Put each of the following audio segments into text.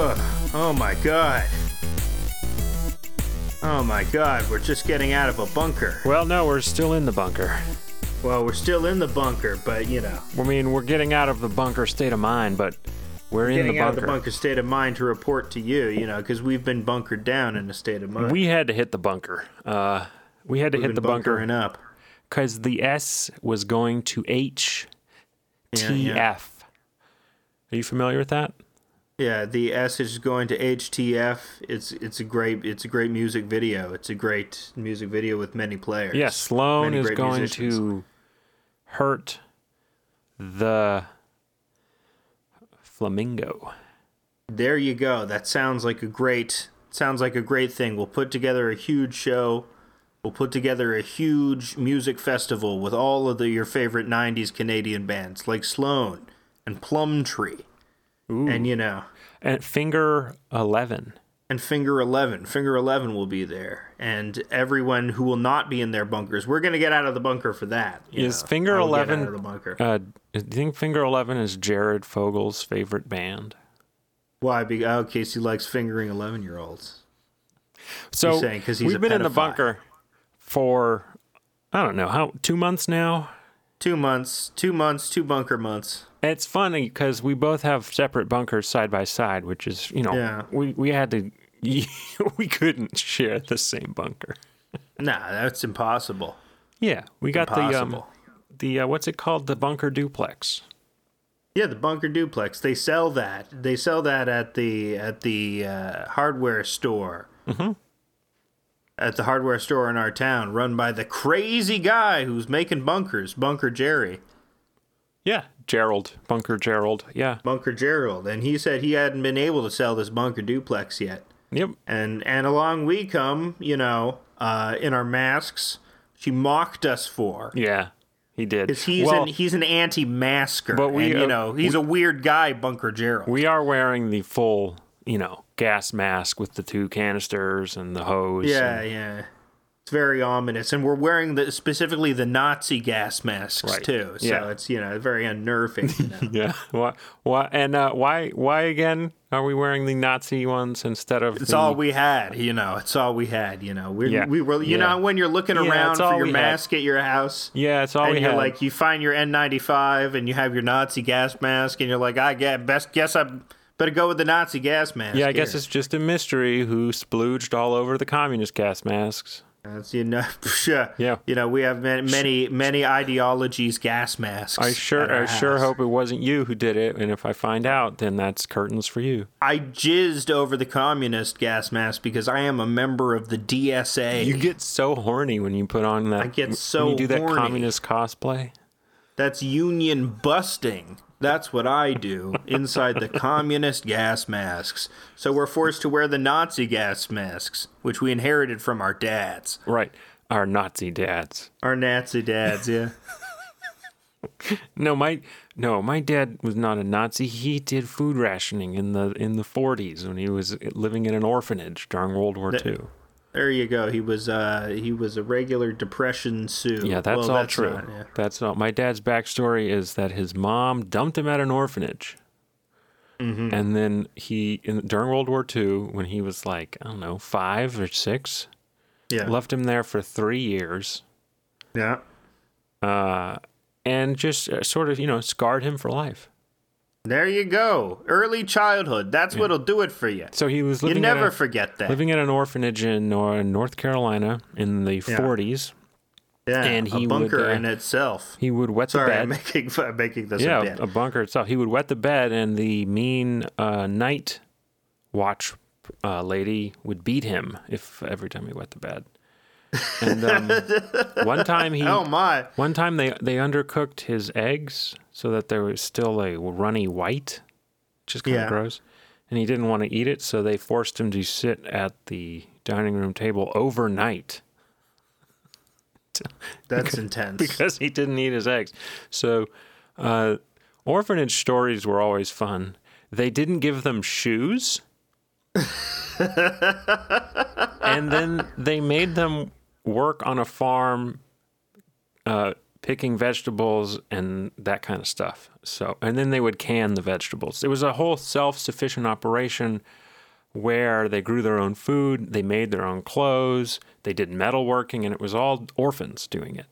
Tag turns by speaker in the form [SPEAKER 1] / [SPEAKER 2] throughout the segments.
[SPEAKER 1] Oh my god. Oh my god, we're just getting out of a bunker.
[SPEAKER 2] Well, no, we're still in the bunker.
[SPEAKER 1] Well, we're still in the bunker, but you know,
[SPEAKER 2] I mean, we're getting out of the bunker state of mind, but we're in the
[SPEAKER 1] getting
[SPEAKER 2] bunker.
[SPEAKER 1] out of the bunker state of mind to report to you, you know, because we've been bunkered down in a state of mind.
[SPEAKER 2] We had to hit the bunker. Uh, we had to
[SPEAKER 1] We've
[SPEAKER 2] hit
[SPEAKER 1] been
[SPEAKER 2] the bunker
[SPEAKER 1] bunkering up.
[SPEAKER 2] because the S was going to H T F.
[SPEAKER 1] yeah.
[SPEAKER 2] Are you familiar with that?
[SPEAKER 1] Yeah, the S is going to HTF. It's it's a great it's a great music video. It's a great music video with many players.
[SPEAKER 2] Yeah, Sloan
[SPEAKER 1] many
[SPEAKER 2] is
[SPEAKER 1] great
[SPEAKER 2] going
[SPEAKER 1] musicians.
[SPEAKER 2] to hurt the flamingo.
[SPEAKER 1] There you go. That sounds like a great sounds like a great thing. We'll put together a huge show. We'll put together a huge music festival with all of the, your favorite '90s Canadian bands like Sloan and Plumtree, and you know,
[SPEAKER 2] And finger 11.
[SPEAKER 1] and Finger Eleven. Finger Eleven will be there, and everyone who will not be in their bunkers. We're gonna get out of the bunker for that. you
[SPEAKER 2] Is
[SPEAKER 1] know. I
[SPEAKER 2] Finger
[SPEAKER 1] will get
[SPEAKER 2] 11
[SPEAKER 1] out of the bunker?
[SPEAKER 2] Uh, do you think Finger 11 is Jared Fogel's favorite band?
[SPEAKER 1] Why? Because oh, Casey likes fingering eleven-year-olds.
[SPEAKER 2] So
[SPEAKER 1] saying 'cause he's
[SPEAKER 2] we've
[SPEAKER 1] a
[SPEAKER 2] been in the
[SPEAKER 1] pedophile.
[SPEAKER 2] bunker for, I don't know, how two months now?
[SPEAKER 1] Two months. Two months. Two bunker months.
[SPEAKER 2] It's funny because we both have separate bunkers side by side, which is, you know,
[SPEAKER 1] Yeah.
[SPEAKER 2] we, we had to, we couldn't share the same bunker.
[SPEAKER 1] Nah, that's impossible.
[SPEAKER 2] Yeah, we got the um,
[SPEAKER 1] Impossible.
[SPEAKER 2] the uh, what's it called? The bunker duplex.
[SPEAKER 1] Yeah, the bunker duplex. They sell that. They sell that at the at the uh, hardware store. Mm-hmm. At the hardware store in our town, run by the crazy guy who's making bunkers, Bunker Jerry,
[SPEAKER 2] Yeah, Gerald, bunker Gerald. Yeah.
[SPEAKER 1] Bunker Gerald, and he said he hadn't been able to sell this bunker duplex yet.
[SPEAKER 2] Yep.
[SPEAKER 1] And and along we come, you know, uh, in our masks. She mocked us for.
[SPEAKER 2] Yeah, he did.
[SPEAKER 1] 'Cause He's
[SPEAKER 2] well,
[SPEAKER 1] an he's an anti-masker,
[SPEAKER 2] But we,
[SPEAKER 1] and,
[SPEAKER 2] uh,
[SPEAKER 1] you know he's a weird guy, Bunker Gerald.
[SPEAKER 2] we are wearing the full, you know, gas mask with the two canisters and the hose.
[SPEAKER 1] Yeah,
[SPEAKER 2] and-
[SPEAKER 1] yeah. It's very ominous, and we're wearing the specifically the Nazi gas masks
[SPEAKER 2] Right.
[SPEAKER 1] too. So
[SPEAKER 2] Yeah.
[SPEAKER 1] it's you know very unnerving. You know?
[SPEAKER 2] yeah. Why? Why? And uh, why? Why again? Are we wearing the Nazi ones instead of?
[SPEAKER 1] it's all we had, you know. It's all we had, you know. We
[SPEAKER 2] Yeah.
[SPEAKER 1] we were, you
[SPEAKER 2] Yeah.
[SPEAKER 1] know, when you're looking around
[SPEAKER 2] it's all
[SPEAKER 1] for your
[SPEAKER 2] we had.
[SPEAKER 1] mask at your house,
[SPEAKER 2] Yeah, it's all
[SPEAKER 1] and
[SPEAKER 2] we
[SPEAKER 1] you're
[SPEAKER 2] had.
[SPEAKER 1] like you find your N95 and you have your Nazi gas mask, and you're like, I get best guess I better go with the Nazi gas mask.
[SPEAKER 2] yeah, I guess
[SPEAKER 1] here.
[SPEAKER 2] it's just a mystery who splooged all over the communist gas masks.
[SPEAKER 1] That's, you know, sure.
[SPEAKER 2] Yeah.
[SPEAKER 1] You know, we have many many, many ideologies gas masks.
[SPEAKER 2] I
[SPEAKER 1] at
[SPEAKER 2] sure,
[SPEAKER 1] our
[SPEAKER 2] I sure
[SPEAKER 1] house.
[SPEAKER 2] hope it wasn't you who did it. And if I find out, then that's curtains for you.
[SPEAKER 1] I jizzed over the communist gas mask because I am a member of the DSA.
[SPEAKER 2] You get so horny when you put on that. I
[SPEAKER 1] get
[SPEAKER 2] when
[SPEAKER 1] so
[SPEAKER 2] you do that
[SPEAKER 1] horny.
[SPEAKER 2] communist cosplay.
[SPEAKER 1] That's union busting. That's what I do inside the communist gas masks. So we're forced to wear the Nazi gas masks, which we inherited from our dads.
[SPEAKER 2] Right, our Nazi dads.
[SPEAKER 1] Our Nazi dads, yeah.
[SPEAKER 2] No, my no, my dad was not a Nazi. He did food rationing in the in the 40s when he was living in an orphanage during World War II.
[SPEAKER 1] There you go. He was uh he was a regular depression Sioux.
[SPEAKER 2] Yeah, that's
[SPEAKER 1] Well,
[SPEAKER 2] all true.
[SPEAKER 1] not, yeah.
[SPEAKER 2] That's all. My dad's backstory is that his mom dumped him at an orphanage,
[SPEAKER 1] Mm-hmm.
[SPEAKER 2] and then he in, during World War II, when he was like I don't know five or six,
[SPEAKER 1] Yeah.
[SPEAKER 2] left him there for three years, uh,
[SPEAKER 1] yeah.
[SPEAKER 2] and just uh, sort of you know scarred him for life.
[SPEAKER 1] There you go. Early childhood. That's what'll do it for you.
[SPEAKER 2] So he was
[SPEAKER 1] You
[SPEAKER 2] living at
[SPEAKER 1] never
[SPEAKER 2] a-
[SPEAKER 1] forget that.
[SPEAKER 2] living at an orphanage in Nor- North Carolina in the 40s.
[SPEAKER 1] Yeah,
[SPEAKER 2] And he
[SPEAKER 1] a
[SPEAKER 2] would,
[SPEAKER 1] bunker
[SPEAKER 2] uh,
[SPEAKER 1] in itself.
[SPEAKER 2] He would wet
[SPEAKER 1] Sorry,
[SPEAKER 2] the
[SPEAKER 1] I'm
[SPEAKER 2] bed.
[SPEAKER 1] making I'm making this
[SPEAKER 2] Yeah,
[SPEAKER 1] up. Yeah.
[SPEAKER 2] a bunker itself. He would wet the bed, and the mean uh, night watch uh, lady would beat him if every time he wet the bed. And um, one time he,
[SPEAKER 1] Oh my!
[SPEAKER 2] one time they they undercooked his eggs so that there was still a runny white, which is kind
[SPEAKER 1] Yeah.
[SPEAKER 2] of gross. And he didn't want to eat it, so they forced him to sit at the dining room table overnight.
[SPEAKER 1] That's intense.
[SPEAKER 2] because he didn't eat his eggs. So, uh, orphanage stories were always fun. They didn't give them shoes, and then they made them work on a farm, uh, picking vegetables and that kind of stuff. So, and then they would can the vegetables. It was a whole self-sufficient operation where they grew their own food, they made their own clothes, they did metalworking, and it was all orphans doing it.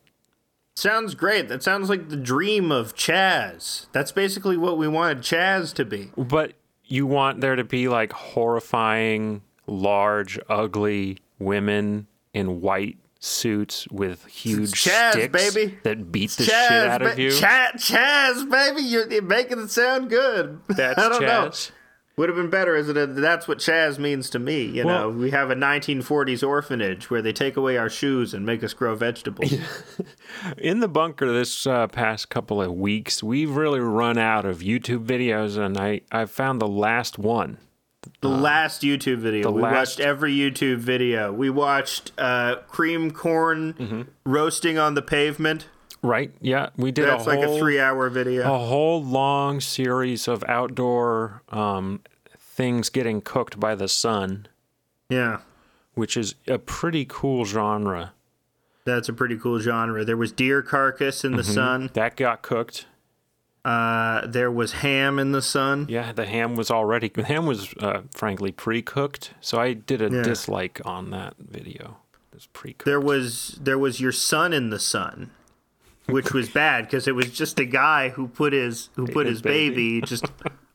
[SPEAKER 1] Sounds great. That sounds like the dream of Chaz. That's basically what we wanted Chaz to be.
[SPEAKER 2] But you want there to be like horrifying, large, ugly women in white suits with huge
[SPEAKER 1] It's Chaz,
[SPEAKER 2] sticks
[SPEAKER 1] baby.
[SPEAKER 2] that beat the
[SPEAKER 1] Chaz,
[SPEAKER 2] shit out of
[SPEAKER 1] ba-
[SPEAKER 2] you.
[SPEAKER 1] Cha- Chaz, baby, you're, you're making it sound good.
[SPEAKER 2] That's
[SPEAKER 1] I don't
[SPEAKER 2] Chaz.
[SPEAKER 1] know. Would have been better as it. That's what Chaz means to me. You
[SPEAKER 2] Well-
[SPEAKER 1] know, we have a 1940s orphanage where they take away our shoes and make us grow vegetables.
[SPEAKER 2] In the bunker this uh, past couple of weeks, we've really run out of YouTube videos, and I, I found the last one.
[SPEAKER 1] The last YouTube video. We
[SPEAKER 2] Uh, last-
[SPEAKER 1] watched every YouTube video. We watched uh, cream corn
[SPEAKER 2] Mm-hmm.
[SPEAKER 1] roasting on the pavement.
[SPEAKER 2] Right? Yeah, we did
[SPEAKER 1] That's
[SPEAKER 2] a whole Oh.
[SPEAKER 1] like a three hour video.
[SPEAKER 2] a whole long series of outdoor um, things getting cooked by the sun,
[SPEAKER 1] Yeah.
[SPEAKER 2] which is a pretty cool genre.
[SPEAKER 1] That's a pretty cool genre. There was deer carcass in the
[SPEAKER 2] Mm-hmm.
[SPEAKER 1] sun.
[SPEAKER 2] That got cooked.
[SPEAKER 1] Uh, there was ham in the sun.
[SPEAKER 2] Yeah, the ham was already the ham was uh, frankly pre-cooked, so I did a dislike on that video. It was pre-cooked.
[SPEAKER 1] There was there was your son in the sun, which was bad because it was just a guy who put his who put
[SPEAKER 2] His
[SPEAKER 1] his baby just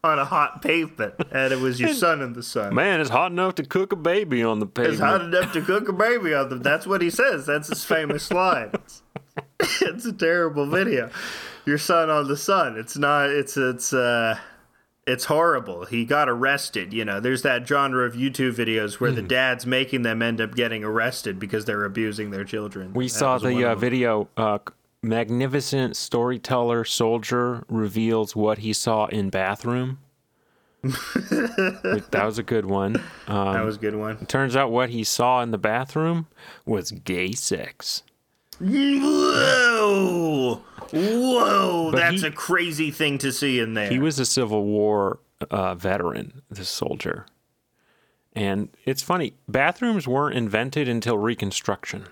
[SPEAKER 1] on a hot pavement, and it was your son in the sun.
[SPEAKER 2] Man, it's hot enough to cook a baby on the pavement.
[SPEAKER 1] It's hot enough to cook a baby on them. That's what he says. That's his famous line. It's, it's a terrible video. Your son on the sun. It's not. It's it's uh, it's horrible. He got arrested. You know, there's that genre of YouTube videos
[SPEAKER 2] Hmm.
[SPEAKER 1] where the dads making them end up getting arrested because they're abusing their children.
[SPEAKER 2] We
[SPEAKER 1] That
[SPEAKER 2] saw
[SPEAKER 1] was one
[SPEAKER 2] the
[SPEAKER 1] of
[SPEAKER 2] uh,
[SPEAKER 1] them.
[SPEAKER 2] video. Uh, magnificent storyteller soldier reveals what he saw in bathroom. that was a good one. Um,
[SPEAKER 1] That was a good one.
[SPEAKER 2] turns out what he saw in the bathroom was gay sex.
[SPEAKER 1] Whoa, whoa! that's
[SPEAKER 2] he-
[SPEAKER 1] a crazy thing to see in there.
[SPEAKER 2] He was a Civil War uh, veteran, this soldier. And it's funny, bathrooms weren't invented until Reconstruction.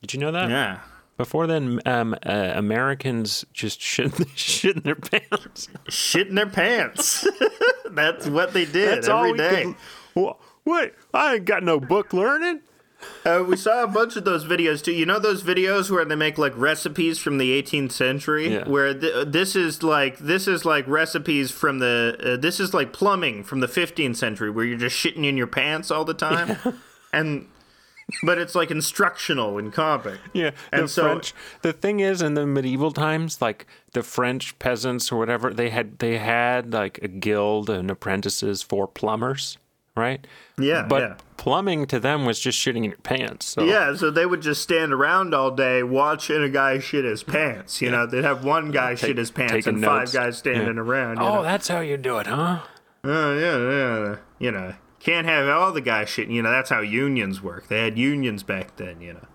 [SPEAKER 2] Did you know that?
[SPEAKER 1] yeah.
[SPEAKER 2] Before then, um, uh, Americans just shit, shit in their pants.
[SPEAKER 1] shit in their pants. That's what they did
[SPEAKER 2] That's all
[SPEAKER 1] every
[SPEAKER 2] we
[SPEAKER 1] day.
[SPEAKER 2] could- Wha- What? I ain't got no book learning.
[SPEAKER 1] Uh, we saw a bunch of those videos too. You know those videos where they make like recipes from the 18th century,
[SPEAKER 2] Yeah.
[SPEAKER 1] where th- uh, this is like this is like recipes from the uh, this is like plumbing from the 15th century, where you're just shitting in your pants all the time, and but it's like instructional in comic.
[SPEAKER 2] Yeah,
[SPEAKER 1] And
[SPEAKER 2] the
[SPEAKER 1] so-
[SPEAKER 2] French. The thing is, in the medieval times, like the French peasants or whatever, they had they had like a guild and apprentices for plumbers, right?
[SPEAKER 1] Yeah,
[SPEAKER 2] but
[SPEAKER 1] yeah.
[SPEAKER 2] plumbing to them was just shitting in your pants. So
[SPEAKER 1] Yeah, so they would just stand around all day watching a guy shit his pants. You know, they'd have one guy shit his pants
[SPEAKER 2] taking
[SPEAKER 1] and
[SPEAKER 2] notes.
[SPEAKER 1] five guys standing
[SPEAKER 2] Yeah.
[SPEAKER 1] around. you
[SPEAKER 2] Oh,
[SPEAKER 1] know?
[SPEAKER 2] that's how you do it, huh?
[SPEAKER 1] Oh yeah, yeah, yeah. You know, can't have all the guys shitting. You know, that's how unions work. They had unions back then. You know,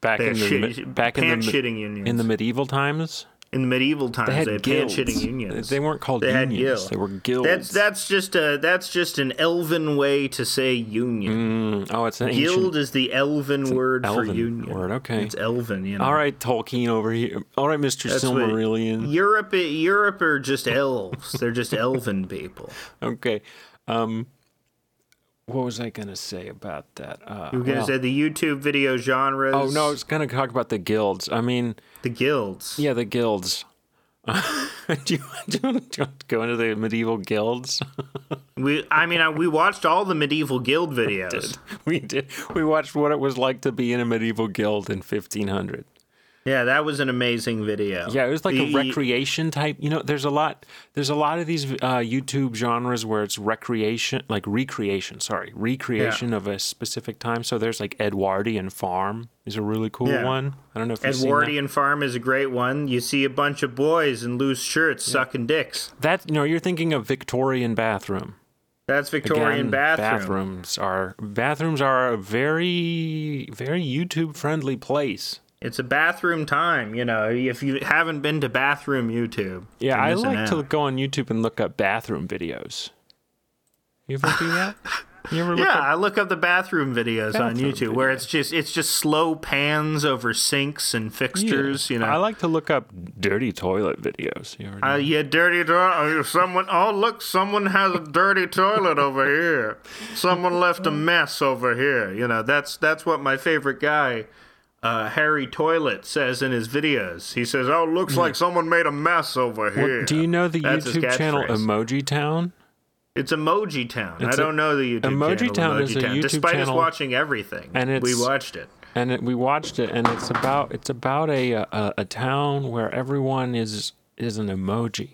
[SPEAKER 2] Back
[SPEAKER 1] they
[SPEAKER 2] in
[SPEAKER 1] had
[SPEAKER 2] the
[SPEAKER 1] shit,
[SPEAKER 2] me- back in the
[SPEAKER 1] pants
[SPEAKER 2] me-
[SPEAKER 1] shitting unions
[SPEAKER 2] in the medieval times,
[SPEAKER 1] in the medieval times.
[SPEAKER 2] they
[SPEAKER 1] They
[SPEAKER 2] had
[SPEAKER 1] had, pants
[SPEAKER 2] guilds.
[SPEAKER 1] shitting unions.
[SPEAKER 2] They weren't called
[SPEAKER 1] They had
[SPEAKER 2] unions.
[SPEAKER 1] guilds.
[SPEAKER 2] They were guilds.
[SPEAKER 1] that's that's just a that's just an elven way to say union.
[SPEAKER 2] oh, it's an ancient
[SPEAKER 1] Guild is the elven word for
[SPEAKER 2] elven
[SPEAKER 1] union.
[SPEAKER 2] word. Okay.
[SPEAKER 1] It's elven. You know.
[SPEAKER 2] All right, Tolkien over here. All right, Mister
[SPEAKER 1] That's what-
[SPEAKER 2] Silmarillion.
[SPEAKER 1] Europe, Europe are just elves. They're just elven people.
[SPEAKER 2] Okay. Um what was I going to say about that? Uh
[SPEAKER 1] We're gonna
[SPEAKER 2] well-
[SPEAKER 1] say the YouTube video genres.
[SPEAKER 2] Oh no, I was going to talk about the guilds. I mean,
[SPEAKER 1] the guilds.
[SPEAKER 2] yeah, the guilds. do, you, do, you, do you want to go into the medieval guilds?
[SPEAKER 1] We, I mean, I, we watched all the medieval guild videos.
[SPEAKER 2] we did. We watched what it was like to be in a medieval guild in 1500.
[SPEAKER 1] Yeah, that was an amazing video.
[SPEAKER 2] Yeah, it was like a
[SPEAKER 1] The-
[SPEAKER 2] recreation type. You know, there's a lot. There's a lot of these uh, YouTube genres where it's recreation, like recreation. Sorry, recreation of a specific time. So there's like Edwardian farm is a really cool
[SPEAKER 1] Yeah.
[SPEAKER 2] one. I don't know if you've seen
[SPEAKER 1] Edwardian Farm is a great one. You see a bunch of boys in loose shirts sucking dicks.
[SPEAKER 2] that. that. No, you're thinking of Victorian bathroom.
[SPEAKER 1] That's Victorian
[SPEAKER 2] Again,
[SPEAKER 1] bathroom.
[SPEAKER 2] Bathrooms are bathrooms are a very very YouTube friendly place.
[SPEAKER 1] It's a bathroom time. You know, if you haven't been to bathroom YouTube,
[SPEAKER 2] Yeah,
[SPEAKER 1] you're
[SPEAKER 2] I
[SPEAKER 1] missing
[SPEAKER 2] like
[SPEAKER 1] out.
[SPEAKER 2] to go on YouTube and look up bathroom videos. You ever do that? You ever look
[SPEAKER 1] Yeah,
[SPEAKER 2] up-
[SPEAKER 1] I look up the bathroom videos on
[SPEAKER 2] Bathroom
[SPEAKER 1] YouTube where it's just it's just slow pans over sinks and fixtures. You know,
[SPEAKER 2] I like to look up dirty toilet videos. You ever
[SPEAKER 1] Uh, yeah, dirty toilet. Someone. Oh, look, someone has a dirty toilet over here. Someone left a
[SPEAKER 2] Mm-hmm.
[SPEAKER 1] mess over here. You know, that's that's what my favorite guy, uh, Harry Toilet, says in his videos. He says, "Oh, looks like someone made a mess over here."
[SPEAKER 2] Mm. Do you know the
[SPEAKER 1] That's his
[SPEAKER 2] YouTube channel
[SPEAKER 1] catchphrase.
[SPEAKER 2] Emoji Town?
[SPEAKER 1] It's Emoji Town.
[SPEAKER 2] It's
[SPEAKER 1] I don't
[SPEAKER 2] a-
[SPEAKER 1] know the YouTube
[SPEAKER 2] Emoji
[SPEAKER 1] channel.
[SPEAKER 2] Town is a YouTube
[SPEAKER 1] Despite us
[SPEAKER 2] channel,
[SPEAKER 1] watching everything,
[SPEAKER 2] and
[SPEAKER 1] we
[SPEAKER 2] it's-
[SPEAKER 1] watched it.
[SPEAKER 2] And it, we watched it, and it's about it's about a a, a town where everyone is is an emoji.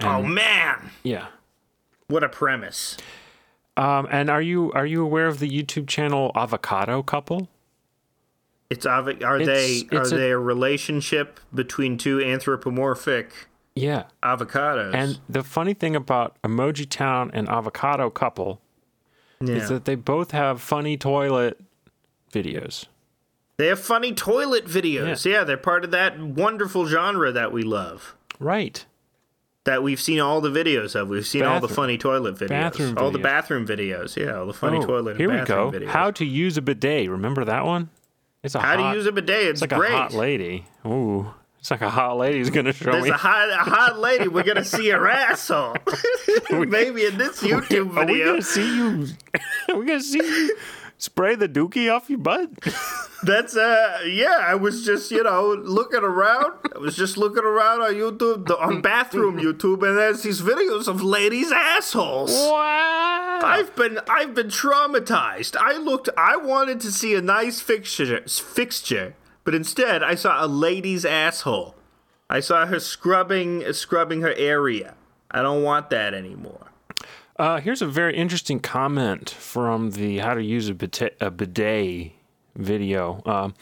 [SPEAKER 1] oh man,
[SPEAKER 2] Yeah.
[SPEAKER 1] what a premise!
[SPEAKER 2] Um, and are you are you aware of the YouTube channel Avocado Couple?
[SPEAKER 1] It's av- are
[SPEAKER 2] It's-
[SPEAKER 1] they are
[SPEAKER 2] it's a-
[SPEAKER 1] they a relationship between two anthropomorphic?
[SPEAKER 2] Yeah.
[SPEAKER 1] avocados.
[SPEAKER 2] And the funny thing about Emoji Town and Avocado Couple
[SPEAKER 1] yeah.
[SPEAKER 2] is that they both have funny toilet videos.
[SPEAKER 1] they have funny toilet videos. Yeah. they're part of that wonderful genre that we love.
[SPEAKER 2] Right.
[SPEAKER 1] That we've seen all the videos of. We've seen all the
[SPEAKER 2] Bathroom-
[SPEAKER 1] funny toilet videos.
[SPEAKER 2] bathroom
[SPEAKER 1] All the
[SPEAKER 2] videos.
[SPEAKER 1] bathroom videos. Yeah, all the funny
[SPEAKER 2] Oh,
[SPEAKER 1] toilet and
[SPEAKER 2] here we
[SPEAKER 1] bathroom
[SPEAKER 2] go.
[SPEAKER 1] videos.
[SPEAKER 2] How to use a bidet. Remember that one? It's a
[SPEAKER 1] How
[SPEAKER 2] hot,
[SPEAKER 1] to use a bidet. It's,
[SPEAKER 2] It's like
[SPEAKER 1] great.
[SPEAKER 2] a hot lady. Ooh, it's like a hot lady's gonna show
[SPEAKER 1] There's
[SPEAKER 2] me.
[SPEAKER 1] a hot, a hot lady. We're gonna see her asshole. Maybe in this YouTube
[SPEAKER 2] Are we
[SPEAKER 1] video.
[SPEAKER 2] gonna see you? Are we gonna see you spray the dookie off your butt?
[SPEAKER 1] That's uh, yeah. I was just you know looking around. I was just looking around on YouTube, the, on bathroom YouTube, and there's these videos of ladies' assholes.
[SPEAKER 2] Wow!
[SPEAKER 1] I've been I've been traumatized. I looked I wanted to see a nice fixture fixture, but instead I saw a lady's asshole. I saw her scrubbing scrubbing her area. I don't want that anymore.
[SPEAKER 2] Uh, here's a very interesting comment from the "How to Use a Bidet, a bidet video um,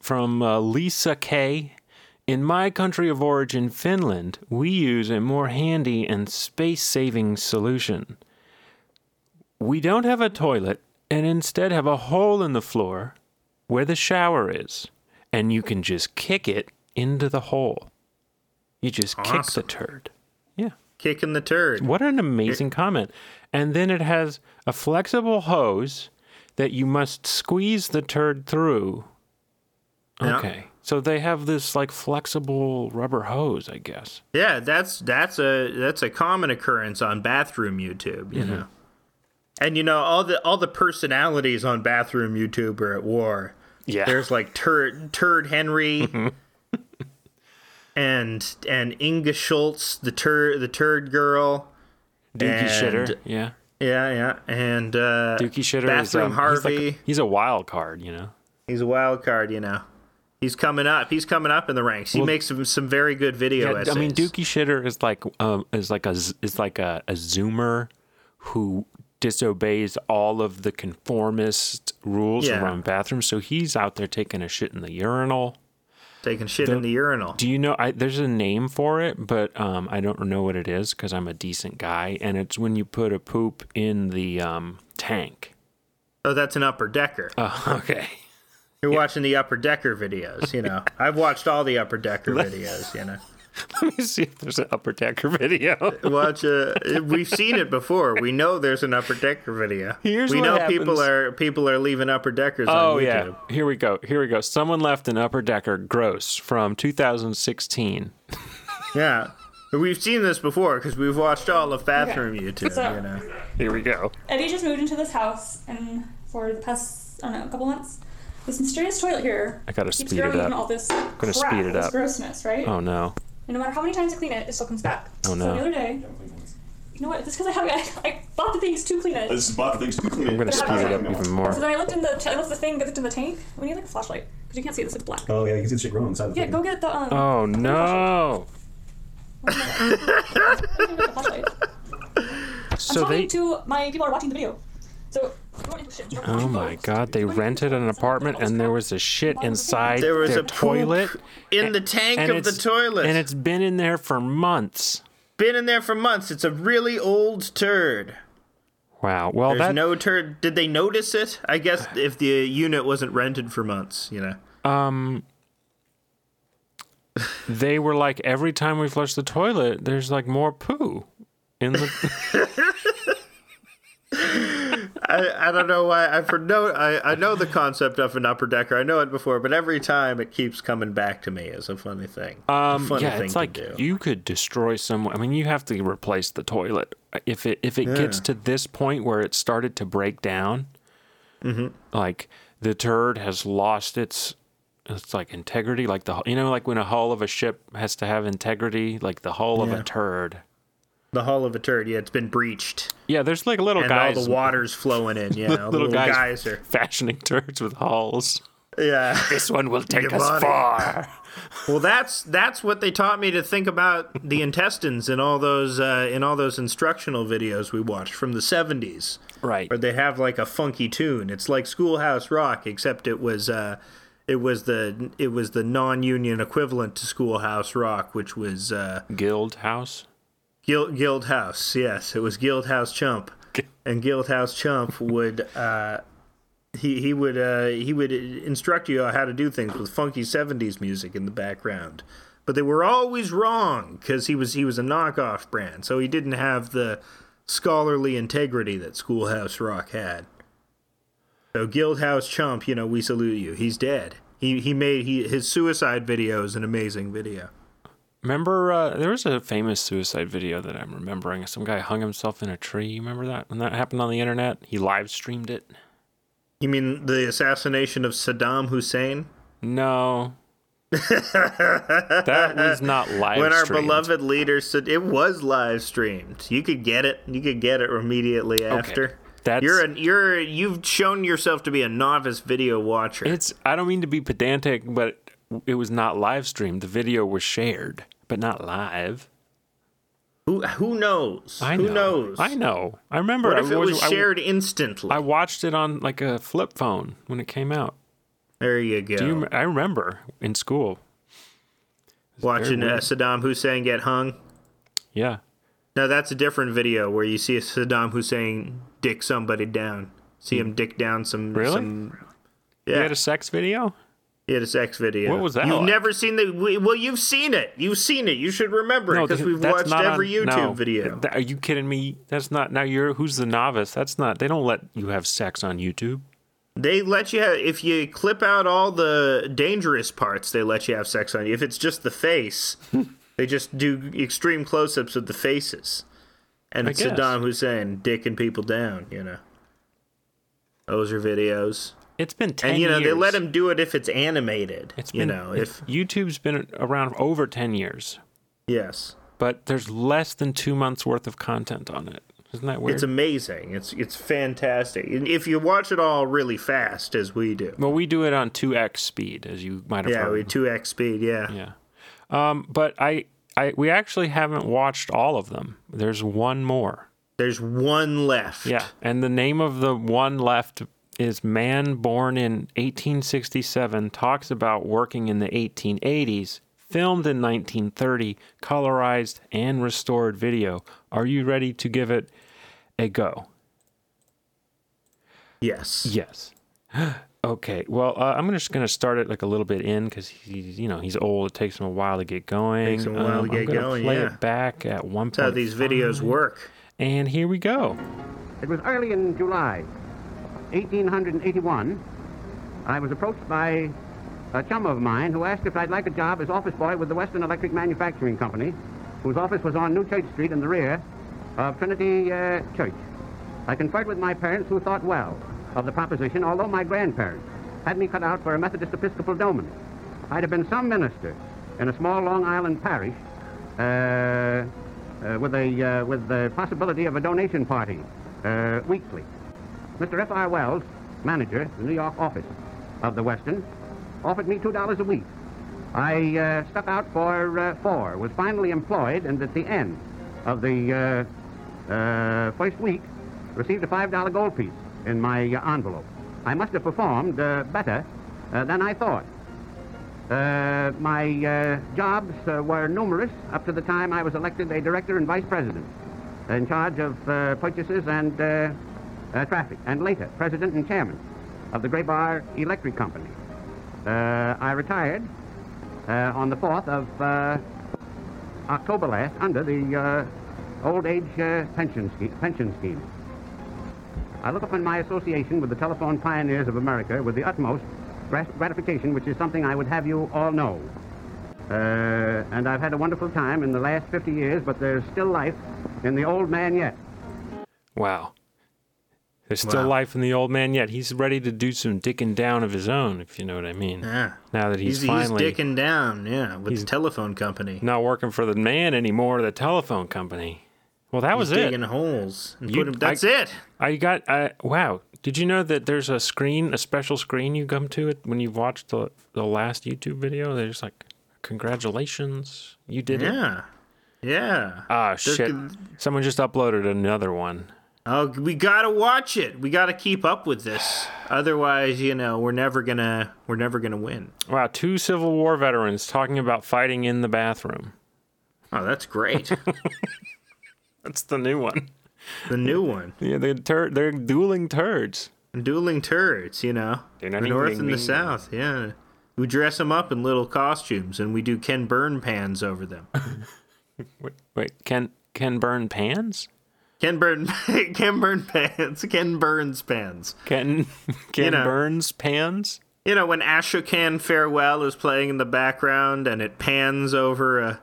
[SPEAKER 2] from uh, Lisa K. In my country of origin, Finland, we use a more handy and space-saving solution. We don't have a toilet, and instead have a hole in the floor where the shower is, and you can just kick it into the hole. You just kick the
[SPEAKER 1] Awesome.
[SPEAKER 2] turd. Yeah.
[SPEAKER 1] Kicking the turd.
[SPEAKER 2] What an amazing comment. And then it has a flexible hose that you must squeeze the turd through.
[SPEAKER 1] Yeah.
[SPEAKER 2] Okay. So they have this like flexible rubber hose, I guess.
[SPEAKER 1] Yeah, that's that's a that's a common occurrence on bathroom YouTube,
[SPEAKER 2] Mm-hmm.
[SPEAKER 1] you know. And you know all the all the personalities on bathroom YouTube are at war.
[SPEAKER 2] Yeah. Mm-hmm.
[SPEAKER 1] There's like Turd Turd Henry and and Inga Schultz, the turd the turd girl.
[SPEAKER 2] Dookie Shitter.
[SPEAKER 1] and-
[SPEAKER 2] Yeah.
[SPEAKER 1] Yeah, yeah. And uh
[SPEAKER 2] Dookie Shitter is
[SPEAKER 1] Bathroom
[SPEAKER 2] um, He's, like
[SPEAKER 1] Harvey.
[SPEAKER 2] a- he's a wild card, you know.
[SPEAKER 1] He's a wild card, you know. He's coming up. He's coming up in the ranks. He makes some, some very good video
[SPEAKER 2] Yeah,
[SPEAKER 1] essays.
[SPEAKER 2] I mean, Dookie Shitter is like um, is like a z- is like a, a zoomer who disobeys all of the conformist rules
[SPEAKER 1] Yeah.
[SPEAKER 2] around bathrooms. So he's out there taking a shit in the urinal.
[SPEAKER 1] taking shit in the urinal.
[SPEAKER 2] Do you know? I, there's a name for it, but um, I don't know what it is because I'm a decent guy. And it's when you put a poop in the um, tank.
[SPEAKER 1] Oh, that's an upper decker.
[SPEAKER 2] Oh, okay.
[SPEAKER 1] You're watching the upper decker videos, you know. I've watched all the upper decker videos, you know.
[SPEAKER 2] Let me see if there's an upper decker video.
[SPEAKER 1] Watch uh we've seen it before. We know there's an upper decker video.
[SPEAKER 2] Here's
[SPEAKER 1] we
[SPEAKER 2] what
[SPEAKER 1] know
[SPEAKER 2] happens.
[SPEAKER 1] people are people are leaving upper deckers
[SPEAKER 2] Oh
[SPEAKER 1] on
[SPEAKER 2] yeah,
[SPEAKER 1] YouTube.
[SPEAKER 2] here we go. Here we go. Someone left an upper decker gross from 2016.
[SPEAKER 1] Yeah. But We've seen this before because we've watched all of bathroom YouTube,
[SPEAKER 3] So-
[SPEAKER 1] you know.
[SPEAKER 2] Here we go.
[SPEAKER 3] Eddie just moved into this house, and for the past I don't know a couple months, this mysterious toilet here
[SPEAKER 2] I gotta
[SPEAKER 3] keeps
[SPEAKER 2] speed it
[SPEAKER 3] growing
[SPEAKER 2] up.
[SPEAKER 3] from all this crap,
[SPEAKER 2] gonna speed it
[SPEAKER 3] all this
[SPEAKER 2] up.
[SPEAKER 3] grossness, right?
[SPEAKER 2] Oh no.
[SPEAKER 3] And no matter how many times I clean it, it still comes back.
[SPEAKER 2] Oh,
[SPEAKER 3] So
[SPEAKER 2] no.
[SPEAKER 3] the other day, you know what? This because I have I, I bought the things to clean it.
[SPEAKER 4] This is about the things to clean.
[SPEAKER 2] I'm gonna speed it up even
[SPEAKER 3] so
[SPEAKER 2] more.
[SPEAKER 3] then I looked in the I looked at the thing, I looked in the tank. We need like a flashlight because you can't see this. It's black.
[SPEAKER 4] Oh yeah, you can see the shit growing inside. the
[SPEAKER 3] Yeah,
[SPEAKER 4] thing.
[SPEAKER 3] go get the um.
[SPEAKER 2] Oh no.
[SPEAKER 3] go get the flashlight. I'm
[SPEAKER 2] So
[SPEAKER 3] talking
[SPEAKER 2] they.
[SPEAKER 3] to my people who are watching the video. So. you don't need to shit. You don't need
[SPEAKER 2] Oh
[SPEAKER 3] to
[SPEAKER 2] my
[SPEAKER 3] go.
[SPEAKER 2] God! They rented an apartment and there was a shit inside
[SPEAKER 1] There was
[SPEAKER 2] their
[SPEAKER 1] a poop
[SPEAKER 2] toilet.
[SPEAKER 1] in the tank
[SPEAKER 2] and
[SPEAKER 1] of the
[SPEAKER 2] it's-
[SPEAKER 1] toilet.
[SPEAKER 2] And it's been in there for months.
[SPEAKER 1] been in there for months. It's a really old turd.
[SPEAKER 2] Wow. Well,
[SPEAKER 1] There's
[SPEAKER 2] that
[SPEAKER 1] no turd. Did they notice it? I guess if the unit wasn't rented for months, you know.
[SPEAKER 2] they were like every time we flush the toilet, there's like more poo in the.
[SPEAKER 1] I, I don't know why. I for no, I, I know the concept of an upper decker. I know it before, but every time it keeps coming back to me as a funny thing. A
[SPEAKER 2] Um,
[SPEAKER 1] funny
[SPEAKER 2] yeah, it's
[SPEAKER 1] to
[SPEAKER 2] like
[SPEAKER 1] do.
[SPEAKER 2] you could destroy someone. I mean, you have to replace the toilet if it if it gets to this point where it started to break down.
[SPEAKER 1] Mm-hmm.
[SPEAKER 2] Like the turd has lost its it's like integrity, like the you know like when a hull of a ship has to have integrity, like the hull of
[SPEAKER 1] Yeah.
[SPEAKER 2] a turd.
[SPEAKER 1] the hull of a turd. Yeah, it's been breached,
[SPEAKER 2] Yeah, there's like little
[SPEAKER 1] and
[SPEAKER 2] guys,
[SPEAKER 1] all the water's flowing in. Yeah,
[SPEAKER 2] little,
[SPEAKER 1] all the little
[SPEAKER 2] guys,
[SPEAKER 1] guys are.
[SPEAKER 2] fashioning turds with hulls.
[SPEAKER 1] Yeah.
[SPEAKER 2] This one will take
[SPEAKER 1] Your
[SPEAKER 2] us
[SPEAKER 1] body.
[SPEAKER 2] far.
[SPEAKER 1] Well, that's that's what they taught me to think about the intestines in all those uh, in all those instructional videos we watched from the '70s,
[SPEAKER 2] Right.
[SPEAKER 1] where they have like a funky tune. It's like Schoolhouse Rock, except it was uh, it was the it was the non-union equivalent to Schoolhouse Rock, which was uh,
[SPEAKER 2] Guild house.
[SPEAKER 1] Guild Guild House. Yes, it was Guild House Chump, and Guild House Chump would uh, he he would uh, he would instruct you on how to do things with funky '70s music in the background, but they were always wrong because he was he was a knockoff brand, so he didn't have the scholarly integrity that Schoolhouse Rock had. So Guild House Chump, you know, we salute you. He's dead. He he made he his suicide video is an amazing video.
[SPEAKER 2] Remember, uh, there was a famous suicide video that I'm remembering. Some guy hung himself in a tree. You remember that? When that happened on the internet, he live streamed it.
[SPEAKER 1] You mean the assassination of Saddam Hussein?
[SPEAKER 2] No, that was not live.
[SPEAKER 1] when our
[SPEAKER 2] streamed.
[SPEAKER 1] beloved leader said it was live streamed. You could get it. You could get it immediately after.
[SPEAKER 2] that's-
[SPEAKER 1] you're an you're you've shown yourself to be a novice video watcher.
[SPEAKER 2] it's. I don't mean to be pedantic, but it was not live streamed. The video was shared, but not live.
[SPEAKER 1] who who knows?
[SPEAKER 2] I
[SPEAKER 1] who
[SPEAKER 2] know.
[SPEAKER 1] knows?
[SPEAKER 2] I know. I remember.
[SPEAKER 1] What
[SPEAKER 2] I
[SPEAKER 1] if it was
[SPEAKER 2] I-
[SPEAKER 1] shared instantly?
[SPEAKER 2] I watched it on like a flip phone when it came out.
[SPEAKER 1] there you go.
[SPEAKER 2] Do you, rem- I remember in school.
[SPEAKER 1] Watching uh,
[SPEAKER 2] very weird.
[SPEAKER 1] Saddam Hussein get hung.
[SPEAKER 2] Yeah.
[SPEAKER 1] No, that's a different video where you see Saddam Hussein dick somebody down. See him dick down some.
[SPEAKER 2] Hmm. Really?
[SPEAKER 1] Some, yeah.
[SPEAKER 2] You had a sex video?
[SPEAKER 1] He had a sex video.
[SPEAKER 2] What was that
[SPEAKER 1] You've
[SPEAKER 2] like?
[SPEAKER 1] never seen the. we- Well, you've seen it. You've seen it. You should remember it because
[SPEAKER 2] th-
[SPEAKER 1] we've
[SPEAKER 2] that's
[SPEAKER 1] watched
[SPEAKER 2] not
[SPEAKER 1] every
[SPEAKER 2] on-
[SPEAKER 1] YouTube
[SPEAKER 2] no.
[SPEAKER 1] video.
[SPEAKER 2] Th- are you kidding me? That's not now. You're who's the novice? That's not. They don't let you have sex on YouTube.
[SPEAKER 1] They let you have if you clip out all the dangerous parts. They let you have sex on you. If it's just the face, they just do extreme close-ups of the faces. And
[SPEAKER 2] I
[SPEAKER 1] it's
[SPEAKER 2] guess.
[SPEAKER 1] Saddam Hussein dicking people down. You know, those are videos.
[SPEAKER 2] It's been ten.
[SPEAKER 1] And you know
[SPEAKER 2] years.
[SPEAKER 1] they let him do it if it's animated.
[SPEAKER 2] It's
[SPEAKER 1] you
[SPEAKER 2] been,
[SPEAKER 1] know
[SPEAKER 2] it's-
[SPEAKER 1] if
[SPEAKER 2] YouTube's been around over ten years,
[SPEAKER 1] yes.
[SPEAKER 2] but there's less than two months worth of content on it. Isn't that weird?
[SPEAKER 1] It's amazing. It's it's fantastic. And if you watch it all really fast, as we do,
[SPEAKER 2] well, we do it on two x speed, as you might have
[SPEAKER 1] yeah,
[SPEAKER 2] heard.
[SPEAKER 1] we two x speed. Yeah.
[SPEAKER 2] Yeah. Um, but I, I, we actually haven't watched all of them. There's one more.
[SPEAKER 1] there's one left.
[SPEAKER 2] Yeah, and the name of the one left is Man Born in 1867, talks about working in the 1880s, filmed in 1930, colorized and restored video. Are you ready to give it a go?
[SPEAKER 1] Yes.
[SPEAKER 2] Yes. okay, well, uh, I'm just going to start it like a little bit in because he's, you know, he's old. It takes him a while to get going. Um,
[SPEAKER 1] Takes him a while to
[SPEAKER 2] I'm
[SPEAKER 1] get
[SPEAKER 2] gonna
[SPEAKER 1] going,
[SPEAKER 2] Play
[SPEAKER 1] yeah.
[SPEAKER 2] it back at one
[SPEAKER 1] That's how
[SPEAKER 2] point.
[SPEAKER 1] these videos work.
[SPEAKER 2] And here we go.
[SPEAKER 5] It was early in July, 1881. I was approached by a Uh, chum of mine who asked if I'd like a job as office boy with the Western Electric Manufacturing Company, whose office was on New Church Street in the rear of Trinity uh, Church. I conferred with my parents, who thought well of the proposition, although my grandparents had me cut out for a Methodist Episcopal doman. I'd have been some minister in a small Long Island parish uh, uh, with, a, uh, with the possibility of a donation party uh, weekly. Mr. F.R. Wells, manager, the New York office of the Western, offered me $2 a week. I uh, stuck out for uh, four, was finally employed, and at the end of the uh, uh, first week, received a $5 gold piece in my uh, envelope. I must have performed uh, better uh, than I thought. Uh, my uh, jobs uh, were numerous up to the time I was elected a director and vice president in charge of uh, purchases and uh, uh, traffic, and later president and chairman of the Gray Bar Electric Company. Uh, I retired uh, on the 4th of uh, October last under the uh, old age uh, pension, scheme, pension scheme. I look upon my association with the telephone pioneers of America with the utmost grat- gratification, which is something I would have you all know. Uh, and I've had a wonderful time in the last 50 years, but there's still life in the old man yet.
[SPEAKER 2] Wow. There's still
[SPEAKER 1] Wow.
[SPEAKER 2] life in the old man yet. He's ready to do some dicking down of his own, if you know what I mean.
[SPEAKER 1] Yeah.
[SPEAKER 2] Now that he's,
[SPEAKER 1] He's, he's,
[SPEAKER 2] finally
[SPEAKER 1] dicking down, yeah, with the telephone company.
[SPEAKER 2] not working for the man anymore, the telephone company. Well, that was
[SPEAKER 1] He's digging
[SPEAKER 2] it.
[SPEAKER 1] holes. And
[SPEAKER 2] You-
[SPEAKER 1] put him, that's
[SPEAKER 2] I-
[SPEAKER 1] it.
[SPEAKER 2] I got. I, wow. Did you know that there's a screen, a special screen you come to it when you've watched the the last YouTube video? They're just like, congratulations, you did it.
[SPEAKER 1] Yeah. Yeah.
[SPEAKER 2] Ah,
[SPEAKER 1] There's-
[SPEAKER 2] shit. Someone just uploaded another one.
[SPEAKER 1] Oh, we gotta watch it. We gotta keep up with this. Otherwise, you know, we're never gonna we're never gonna win.
[SPEAKER 2] Wow, two Civil War veterans talking about fighting in the bathroom.
[SPEAKER 1] Oh, that's great.
[SPEAKER 2] That's the new one.
[SPEAKER 1] the new one,
[SPEAKER 2] Yeah, they're tur- they're dueling turds.
[SPEAKER 1] dueling turrets. You know, the
[SPEAKER 2] Ding, ding,
[SPEAKER 1] north
[SPEAKER 2] ding,
[SPEAKER 1] and the
[SPEAKER 2] ding.
[SPEAKER 1] south. Yeah, we dress them up in little costumes and we do Ken Burn pans over them.
[SPEAKER 2] Wait, wait, Ken Ken burn pans?
[SPEAKER 1] Ken Burn, Ken Burn pans, Ken Burns pans.
[SPEAKER 2] Ken Ken
[SPEAKER 1] know.
[SPEAKER 2] Burns pans?
[SPEAKER 1] You know, when Ashokan Farewell is playing in the background and it pans over a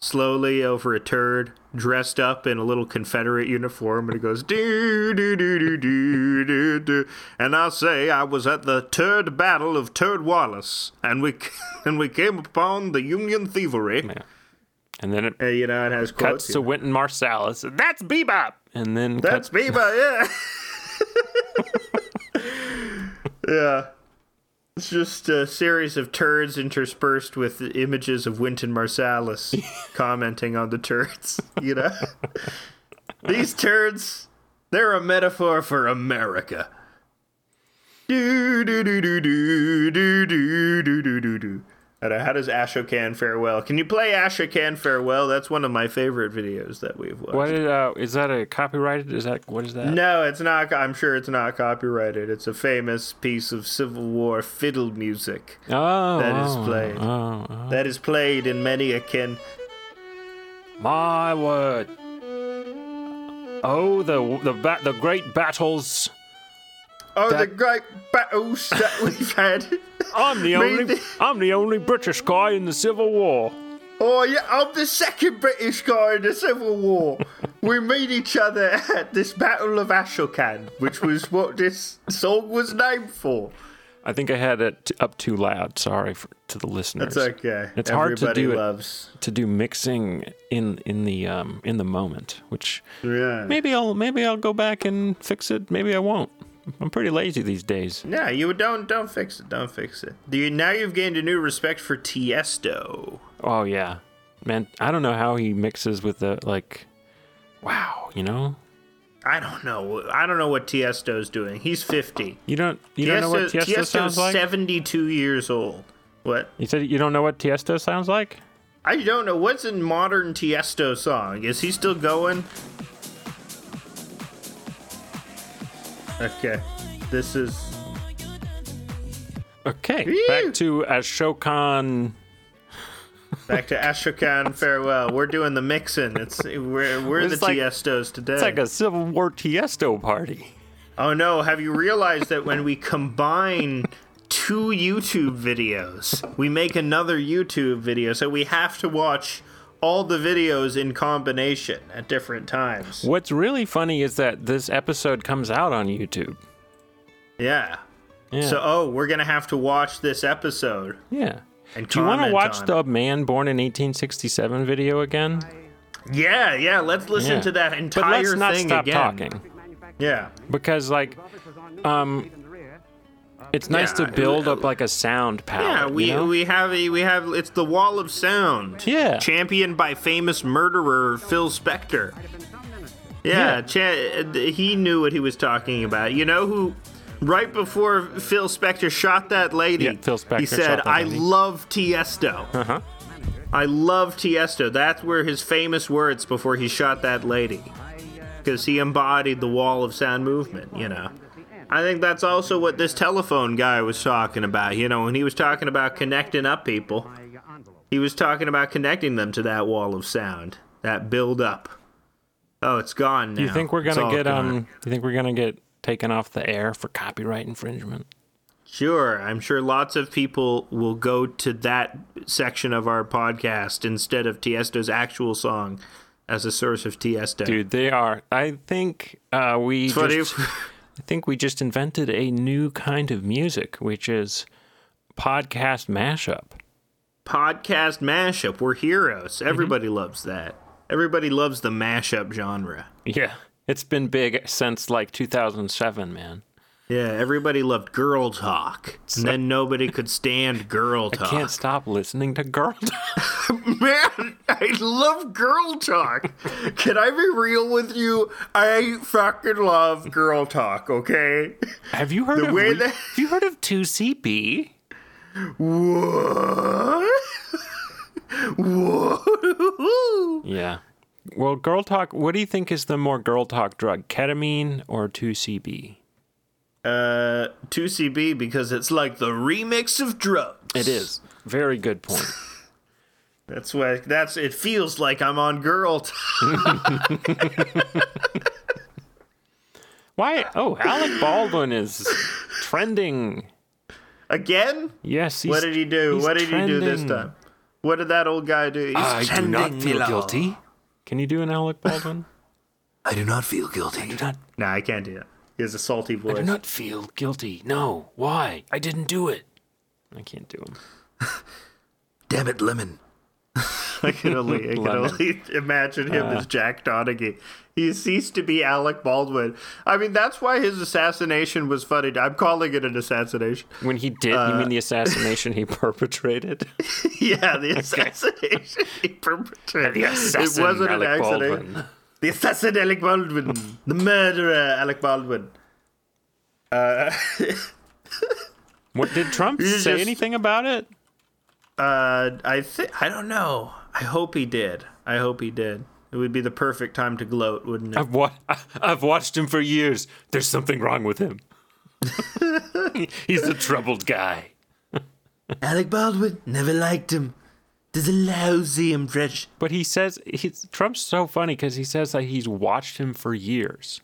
[SPEAKER 1] slowly over a turd dressed up in a little Confederate uniform and it goes do do do do do do do and I say I was at the third battle of Turd Wallace and we and we came upon the Union thievery.
[SPEAKER 2] And then it
[SPEAKER 1] And, you know, it has
[SPEAKER 2] cuts
[SPEAKER 1] quotes.
[SPEAKER 2] to Wynton Marsalis. That's bebop. And then
[SPEAKER 1] That's
[SPEAKER 2] cuts
[SPEAKER 1] Beba, yeah. yeah. It's just a series of turds interspersed with images of Wynton Marsalis commenting on the turds, you know? These turds, they're a metaphor for America. Do do do do do do do do do do do. I don't know, How does Ashokan Farewell? Can you play Ashokan Farewell? That's one of my favorite videos that we've watched.
[SPEAKER 2] what is, uh, is that a copyrighted? Is that what is that?
[SPEAKER 1] No, it's not. I'm sure it's not copyrighted. It's a famous piece of Civil War fiddle music
[SPEAKER 2] Oh,
[SPEAKER 1] that is
[SPEAKER 2] oh,
[SPEAKER 1] played.
[SPEAKER 2] Oh, oh.
[SPEAKER 1] that is played in many a kin.
[SPEAKER 2] my word! Oh, the the ba- the great battles.
[SPEAKER 1] Oh, the
[SPEAKER 2] That-
[SPEAKER 1] great battles that we've had.
[SPEAKER 2] I'm the
[SPEAKER 1] Maybe-
[SPEAKER 2] only I'm the only British guy in the Civil War.
[SPEAKER 1] Oh, yeah, I'm the second British guy in the Civil War. we meet each other at this Battle of Ashokan, which was what this song was named for.
[SPEAKER 2] I think I had it t- up too loud. Sorry for, to the
[SPEAKER 1] It's
[SPEAKER 2] listeners.
[SPEAKER 1] okay.
[SPEAKER 2] It's hard to
[SPEAKER 1] Everybody
[SPEAKER 2] do it.
[SPEAKER 1] loves.
[SPEAKER 2] to do mixing in in the um in the moment, which
[SPEAKER 1] Yeah.
[SPEAKER 2] maybe I'll maybe I'll go back and fix it. Maybe I won't. I'm pretty lazy these days.
[SPEAKER 1] No, you don't. Don't fix it. Don't fix it. Do you, now you've gained a new respect for Tiesto.
[SPEAKER 2] Oh yeah, man. I don't know how he mixes with the like. Wow, you know,
[SPEAKER 1] I don't know. I don't know what Tiesto's doing. He's fifty.
[SPEAKER 2] you don't you don't know what Tiesto
[SPEAKER 1] Tiesto's
[SPEAKER 2] sounds like.
[SPEAKER 1] seventy-two years old. What?
[SPEAKER 2] You said you don't know what Tiesto sounds like.
[SPEAKER 1] I don't know. What's a modern Tiesto song? Is he still going? Okay, this is
[SPEAKER 2] Okay,
[SPEAKER 1] Whew.
[SPEAKER 2] back to Ashokan.
[SPEAKER 1] back to Ashokan Farewell. We're doing the mixing. It's we're we're
[SPEAKER 2] It's
[SPEAKER 1] the
[SPEAKER 2] like-
[SPEAKER 1] Tiestos today.
[SPEAKER 2] It's like a Civil War Tiesto party.
[SPEAKER 1] Oh no, have you realized that when we combine two YouTube videos, we make another YouTube video, so we have to watch all the videos in combination at different times.
[SPEAKER 2] What's really funny is that this episode comes out on YouTube.
[SPEAKER 1] Yeah.
[SPEAKER 2] Yeah.
[SPEAKER 1] So oh, we're going to have to watch this episode
[SPEAKER 2] yeah.
[SPEAKER 1] and
[SPEAKER 2] Do you want to
[SPEAKER 1] comment
[SPEAKER 2] watch
[SPEAKER 1] on
[SPEAKER 2] the
[SPEAKER 1] it.
[SPEAKER 2] Man Born in 1867 video again?
[SPEAKER 1] Yeah, yeah, let's listen
[SPEAKER 2] Yeah.
[SPEAKER 1] to that
[SPEAKER 2] But
[SPEAKER 1] entire
[SPEAKER 2] let's not
[SPEAKER 1] thing
[SPEAKER 2] stop
[SPEAKER 1] again.
[SPEAKER 2] talking
[SPEAKER 1] Yeah.
[SPEAKER 2] because, like, um, it's nice
[SPEAKER 1] Yeah,
[SPEAKER 2] to build up like a sound palette.
[SPEAKER 1] Yeah, we
[SPEAKER 2] you know?
[SPEAKER 1] we have a, we have it's the wall of sound.
[SPEAKER 2] Yeah.
[SPEAKER 1] Championed by famous murderer Phil Spector. Yeah, Cha- he knew what he was talking about. You know who? Right before Phil Spector shot that lady,
[SPEAKER 2] Yeah, Phil
[SPEAKER 1] he
[SPEAKER 2] Spector
[SPEAKER 1] said,
[SPEAKER 2] shot that
[SPEAKER 1] "I
[SPEAKER 2] lady."
[SPEAKER 1] love Tiesto.
[SPEAKER 2] Uh-huh.
[SPEAKER 1] I love Tiesto." That's where his famous words before he shot that lady, because he embodied the wall of sound movement. You know. I think that's also what this telephone guy was talking about. You know, when he was talking about connecting up people, he was talking about connecting them to that wall of sound, that build up. Oh, it's gone now.
[SPEAKER 2] You think we're
[SPEAKER 1] It's
[SPEAKER 2] gonna
[SPEAKER 1] all
[SPEAKER 2] get
[SPEAKER 1] gone.
[SPEAKER 2] um? You think we're gonna get taken off the air for copyright infringement.
[SPEAKER 1] Sure, I'm sure lots of people will go to that section of our podcast instead of Tiesto's actual song as a source of Tiesto.
[SPEAKER 2] Dude, they are. I think uh, we.
[SPEAKER 1] It's funny.
[SPEAKER 2] Just, I think we just invented a new kind of music, which is podcast mashup.
[SPEAKER 1] podcast mashup. We're heroes.
[SPEAKER 2] Mm-hmm.
[SPEAKER 1] Everybody loves that. Everybody loves the mashup genre.
[SPEAKER 2] Yeah, it's been big since like 2007, man.
[SPEAKER 1] Yeah, everybody loved girl talk. And then nobody could stand girl talk.
[SPEAKER 2] Can't stop listening to Girl Talk.
[SPEAKER 1] Man, I love girl talk. Can I be real with you? I fucking love girl talk, okay?
[SPEAKER 2] Have you heard
[SPEAKER 1] The
[SPEAKER 2] of
[SPEAKER 1] way
[SPEAKER 2] re-
[SPEAKER 1] that-
[SPEAKER 2] Have you heard of 2CB?
[SPEAKER 1] What? Whoa.
[SPEAKER 2] Yeah. Well, Girl Talk, what do you think is the more Girl Talk drug, ketamine or 2CB?
[SPEAKER 1] Uh, 2CB because it's like the remix of drugs.
[SPEAKER 2] It is. Very good point.
[SPEAKER 1] That's why that's it feels like I'm on girl talk.
[SPEAKER 2] Why? Oh, Alec Baldwin is trending.
[SPEAKER 1] Again?
[SPEAKER 2] Yes. He's,
[SPEAKER 1] What did he do?
[SPEAKER 2] he's
[SPEAKER 1] What did he do this
[SPEAKER 2] trending.
[SPEAKER 1] time? What did that old guy do? He's
[SPEAKER 2] I do not
[SPEAKER 1] trending,
[SPEAKER 2] feel
[SPEAKER 1] Milo.
[SPEAKER 2] guilty. Can you do an Alec Baldwin?
[SPEAKER 1] I do not feel guilty.
[SPEAKER 2] do not,
[SPEAKER 1] No, I can't do that. He has a salty
[SPEAKER 2] I do
[SPEAKER 1] voice.
[SPEAKER 2] not feel guilty. No. Why? I didn't do it. I can't do him.
[SPEAKER 1] Damn it, Lemon. I can only, I can
[SPEAKER 2] Lemon.
[SPEAKER 1] only imagine him
[SPEAKER 2] Uh.
[SPEAKER 1] as Jack Donaghy. He ceased to be Alec Baldwin. I mean, that's why his assassination was funny. I'm calling it an assassination.
[SPEAKER 2] When he did, you
[SPEAKER 1] Uh,
[SPEAKER 2] mean the assassination he perpetrated?
[SPEAKER 1] yeah, the assassination he perpetrated.
[SPEAKER 2] Assassin
[SPEAKER 1] it wasn't
[SPEAKER 2] Alec
[SPEAKER 1] an accident.
[SPEAKER 2] Baldwin.
[SPEAKER 1] The assassin Alec Baldwin. the murderer Alec Baldwin.
[SPEAKER 2] What did Trump
[SPEAKER 1] You
[SPEAKER 2] say
[SPEAKER 1] just-
[SPEAKER 2] anything about it?
[SPEAKER 1] Uh, I think I don't know. I hope he did. I hope he did. It would be the perfect time to gloat, wouldn't it?
[SPEAKER 2] I've, wa- I've watched him for years. There's something wrong with him. He's a troubled guy.
[SPEAKER 1] Alec Baldwin never liked him. There's a lousy impression.
[SPEAKER 2] But he says he's, Trump's so funny because he says that he's watched him for years.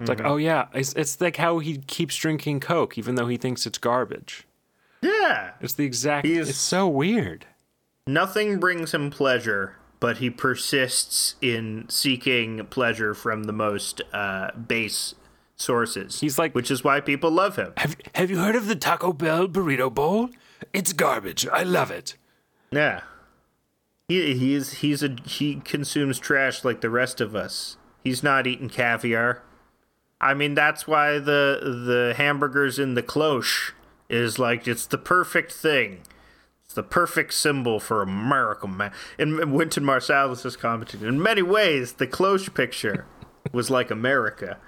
[SPEAKER 2] It's like, oh yeah, it's, it's like how he keeps drinking Coke even though he thinks it's garbage.
[SPEAKER 1] Yeah.
[SPEAKER 2] It's the exact.
[SPEAKER 1] He is-
[SPEAKER 2] It's so weird.
[SPEAKER 1] Nothing brings him pleasure, but he persists in seeking pleasure from the most uh, base sources.
[SPEAKER 2] He's like-
[SPEAKER 1] which is why people love him.
[SPEAKER 2] Have Have you heard of the Taco Bell burrito bowl? It's garbage. I love it.
[SPEAKER 1] Yeah. He he's he's a he consumes trash like the rest of us. He's not eating caviar. I mean that's why the the hamburgers in the cloche is like it's the perfect thing. It's the perfect symbol for America, man. And Wynton Marsalis has commented in many ways the cloche picture was like America.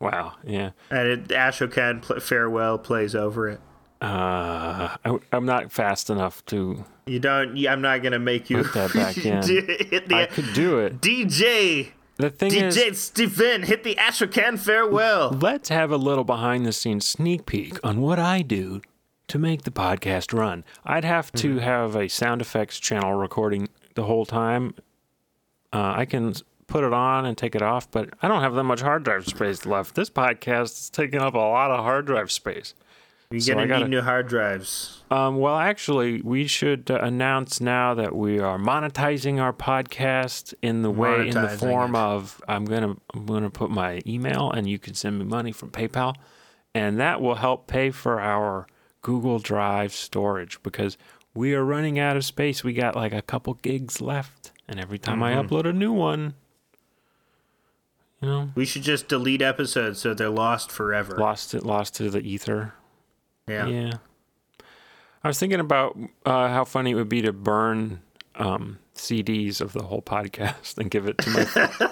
[SPEAKER 2] Wow. Yeah.
[SPEAKER 1] And it, Ashokan pl- farewell plays over it.
[SPEAKER 2] Uh, I, am not fast enough to
[SPEAKER 1] You don't. I'm not gonna make you
[SPEAKER 2] Put that back in.
[SPEAKER 1] hit the,
[SPEAKER 2] I could do it.
[SPEAKER 1] DJ
[SPEAKER 2] The thing is,
[SPEAKER 1] DJ Stephen, hit the Ashokan farewell.
[SPEAKER 2] Let's have a little behind the scenes sneak peek on what I do to make the podcast run. I'd have
[SPEAKER 1] Hmm.
[SPEAKER 2] to have a sound effects channel recording the whole time. Uh, I can s- put it on and take it off, but I don't have that much hard drive space left. This podcast is taking up a lot of hard drive space.
[SPEAKER 1] You're
[SPEAKER 2] So I
[SPEAKER 1] gonna
[SPEAKER 2] gotta-
[SPEAKER 1] need new hard drives.
[SPEAKER 2] Um, well, actually, we should uh, announce now that we are monetizing our podcast in the way, in the
[SPEAKER 1] Monetizing
[SPEAKER 2] form
[SPEAKER 1] it.
[SPEAKER 2] of I'm gonna I'm gonna put my email, and you can send me money from PayPal, and that will help pay for our Google Drive storage because we are running out of space. We got like a couple gigs left, and every time I
[SPEAKER 1] Mm-hmm.
[SPEAKER 2] upload a new one, you know,
[SPEAKER 1] We should just delete episodes so they're lost forever.
[SPEAKER 2] lost it, lost to the ether.
[SPEAKER 1] yeah.
[SPEAKER 2] Yeah. I was thinking about uh, how funny it would be to burn um, CDs of the whole podcast and give it to my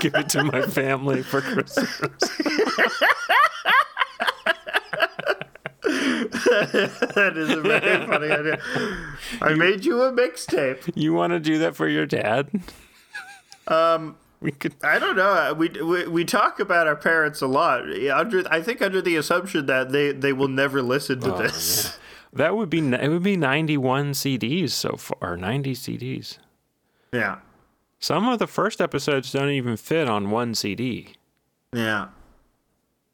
[SPEAKER 2] give, give it to my family for Christmas.
[SPEAKER 1] that is a very funny idea. I made you a mixtape.
[SPEAKER 2] You want to do that for your dad? Um, we could.
[SPEAKER 1] I don't know. Uh, We, we we talk about our parents a lot. Under I think under the assumption that they they will never listen
[SPEAKER 2] Oh,
[SPEAKER 1] to this.
[SPEAKER 2] That would be ni- it. Would be ninety-one CDs so far, ninety CDs.
[SPEAKER 1] Yeah.
[SPEAKER 2] Some of the first episodes don't even fit on one CD.
[SPEAKER 1] Yeah.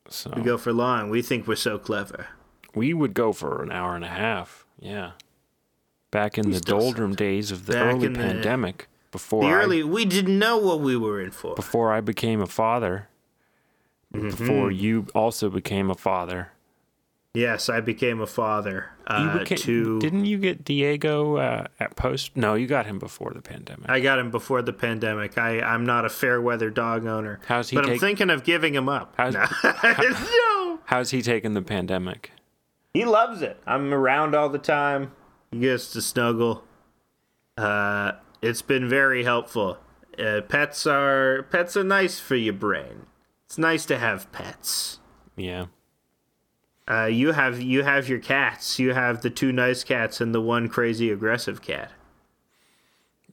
[SPEAKER 2] So
[SPEAKER 1] We go for long. We think we're so clever.
[SPEAKER 2] we would go for an hour and a half. Yeah. Back in the
[SPEAKER 1] still
[SPEAKER 2] doldrum days of the
[SPEAKER 1] Back
[SPEAKER 2] early
[SPEAKER 1] in the-
[SPEAKER 2] pandemic, before
[SPEAKER 1] The
[SPEAKER 2] I,
[SPEAKER 1] early, we didn't know what we were in for.
[SPEAKER 2] before I became a father,
[SPEAKER 1] Mm-hmm.
[SPEAKER 2] before you also became a father.
[SPEAKER 1] Yes, I became a father.
[SPEAKER 2] You
[SPEAKER 1] Uh,
[SPEAKER 2] became,
[SPEAKER 1] to
[SPEAKER 2] Didn't you get Diego uh, at post? No, you got him before the pandemic.
[SPEAKER 1] I got him before the pandemic. I I'm not a fair weather dog owner.
[SPEAKER 2] How's he
[SPEAKER 1] But I'm
[SPEAKER 2] take-
[SPEAKER 1] thinking of giving him up.
[SPEAKER 2] How's-
[SPEAKER 1] no. No.
[SPEAKER 2] How's he taking the pandemic?
[SPEAKER 1] He loves it. I'm around all the time. He gets to snuggle. Uh, it's been very helpful. Uh, pets are pets are nice for your brain. It's nice to have pets.
[SPEAKER 2] Yeah.
[SPEAKER 1] Uh, you have you have your cats. You have the two nice cats and the one crazy aggressive cat.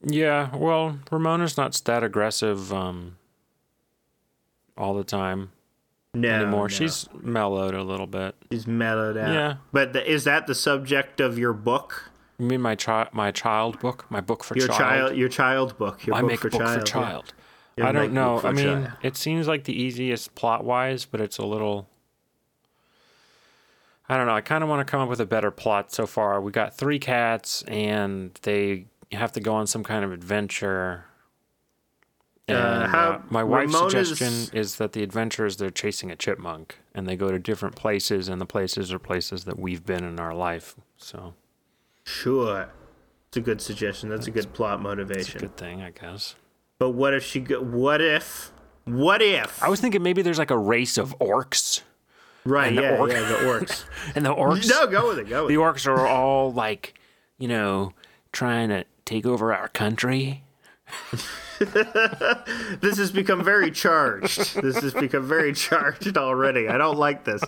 [SPEAKER 2] Yeah, well, Ramona's not that aggressive um, all the time
[SPEAKER 1] No,
[SPEAKER 2] anymore.
[SPEAKER 1] no.
[SPEAKER 2] She's mellowed a little bit.
[SPEAKER 1] she's mellowed out.
[SPEAKER 2] Yeah.
[SPEAKER 1] But the, is that the subject of your book?
[SPEAKER 2] You mean my child, my child book, my book for
[SPEAKER 1] Your
[SPEAKER 2] child?
[SPEAKER 1] child, your child book. Your
[SPEAKER 2] I
[SPEAKER 1] book
[SPEAKER 2] make
[SPEAKER 1] for
[SPEAKER 2] a book
[SPEAKER 1] child.
[SPEAKER 2] for
[SPEAKER 1] yeah.
[SPEAKER 2] child.
[SPEAKER 1] Your
[SPEAKER 2] I
[SPEAKER 1] make
[SPEAKER 2] don't
[SPEAKER 1] book
[SPEAKER 2] know.
[SPEAKER 1] for
[SPEAKER 2] I mean,
[SPEAKER 1] child.
[SPEAKER 2] it seems like the easiest plot wise, but it's a little. I don't know. I kind of want to come up with a better plot so far. We got three cats, and they have to go on some kind of adventure. And, uh,
[SPEAKER 1] how-
[SPEAKER 2] my wife's
[SPEAKER 1] Ramona's-
[SPEAKER 2] suggestion is that the adventure is they're chasing a chipmunk, and they go to different places, and the places are places that we've been in our life. So
[SPEAKER 1] Sure. It's a good suggestion. That's a good plot
[SPEAKER 2] it's a
[SPEAKER 1] motivation.
[SPEAKER 2] good thing, I guess.
[SPEAKER 1] But what if she go, what if what if
[SPEAKER 2] I was thinking maybe there's like a race of orcs,
[SPEAKER 1] right
[SPEAKER 2] the
[SPEAKER 1] yeah
[SPEAKER 2] orc-
[SPEAKER 1] yeah the orcs
[SPEAKER 2] and the orcs.
[SPEAKER 1] no go with it go with
[SPEAKER 2] the
[SPEAKER 1] it
[SPEAKER 2] orcs are all like, you know, trying to take over our country.
[SPEAKER 1] this has become very charged this has become very charged already I don't like this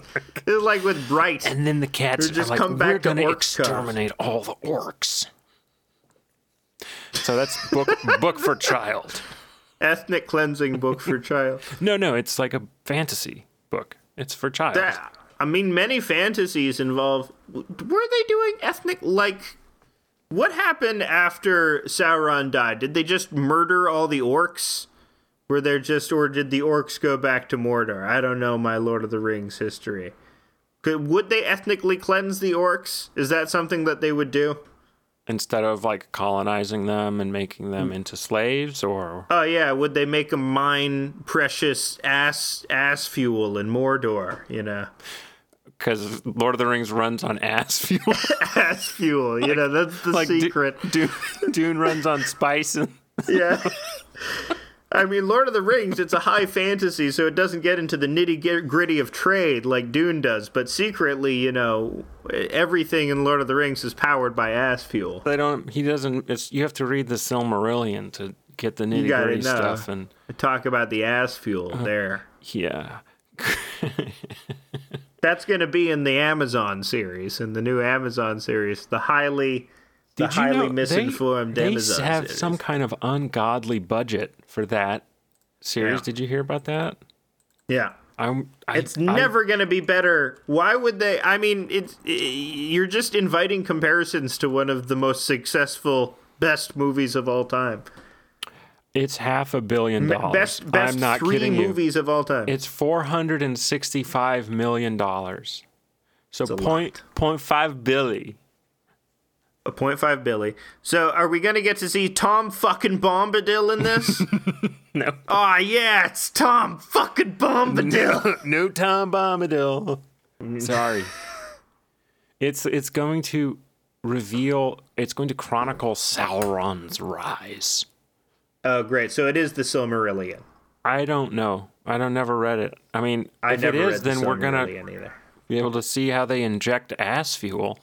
[SPEAKER 1] it's like with Bright
[SPEAKER 2] And then the cats
[SPEAKER 1] Or
[SPEAKER 2] are
[SPEAKER 1] just
[SPEAKER 2] like,
[SPEAKER 1] come back to
[SPEAKER 2] we're going to
[SPEAKER 1] orc cubs."
[SPEAKER 2] exterminate all the orcs. So that's book book for child.
[SPEAKER 1] ethnic cleansing book for child
[SPEAKER 2] No, no, it's like a fantasy book. It's for child.
[SPEAKER 1] that I mean many fantasies involve were they doing ethnic like what happened after Sauron died did they just murder all the orcs were there just or did the orcs go back to Mordor I don't know my Lord of the Rings history Could, would they ethnically cleanse the orcs is that something that they would do
[SPEAKER 2] Instead of like colonizing them and making
[SPEAKER 1] Mm.
[SPEAKER 2] them into slaves or
[SPEAKER 1] Oh yeah, would they make them mine precious ass ass fuel in Mordor, you know?
[SPEAKER 2] because Lord of the Rings runs on ass fuel.
[SPEAKER 1] Ass fuel, you know, that's the
[SPEAKER 2] like Du-
[SPEAKER 1] secret.
[SPEAKER 2] Dune, Dune runs on spice and
[SPEAKER 1] yeah. I mean, Lord of the Rings, it's a high fantasy, so it doesn't get into the nitty gritty of trade like Dune does. But secretly, you know, everything in Lord of the Rings is powered by ass fuel.
[SPEAKER 2] they don't he doesn't it's you have to read the silmarillion to get the nitty
[SPEAKER 1] gotta
[SPEAKER 2] gritty
[SPEAKER 1] know.
[SPEAKER 2] stuff and
[SPEAKER 1] Talk about the ass fuel
[SPEAKER 2] Uh-huh.
[SPEAKER 1] there.
[SPEAKER 2] yeah
[SPEAKER 1] That's going to be in the Amazon series, in the new Amazon series, the highly, the
[SPEAKER 2] Did you
[SPEAKER 1] highly
[SPEAKER 2] know they-
[SPEAKER 1] misinformed
[SPEAKER 2] they,
[SPEAKER 1] Amazon
[SPEAKER 2] have
[SPEAKER 1] series.
[SPEAKER 2] some kind of ungodly budget for that series
[SPEAKER 1] Yeah.
[SPEAKER 2] did you hear about that
[SPEAKER 1] Yeah.
[SPEAKER 2] i'm I,
[SPEAKER 1] It's
[SPEAKER 2] I-
[SPEAKER 1] never going to be better. Why would they? I mean, it's i- you're just inviting comparisons to one of the most successful, best movies of all time.
[SPEAKER 2] it's half a billion dollars
[SPEAKER 1] Best, best
[SPEAKER 2] Oh, i'm not
[SPEAKER 1] three
[SPEAKER 2] kidding you
[SPEAKER 1] movies of all time.
[SPEAKER 2] it's 465 million dollars so
[SPEAKER 1] a
[SPEAKER 2] point point five billy
[SPEAKER 1] a point five Billy. So, are we going to get to see Tom fucking Bombadil in this?
[SPEAKER 2] no
[SPEAKER 1] oh yeah, it's Tom fucking Bombadil.
[SPEAKER 2] no Tom Bombadil. Sorry. It's it's going to reveal it's going to chronicle Sauron's rise.
[SPEAKER 1] oh great, so it is the Silmarillion.
[SPEAKER 2] I don't know. I don't never read it. I mean,
[SPEAKER 1] I
[SPEAKER 2] if it
[SPEAKER 1] never
[SPEAKER 2] is,
[SPEAKER 1] read the
[SPEAKER 2] then we're gonna
[SPEAKER 1] Silmarillion either.
[SPEAKER 2] be able to see how they inject ass fuel.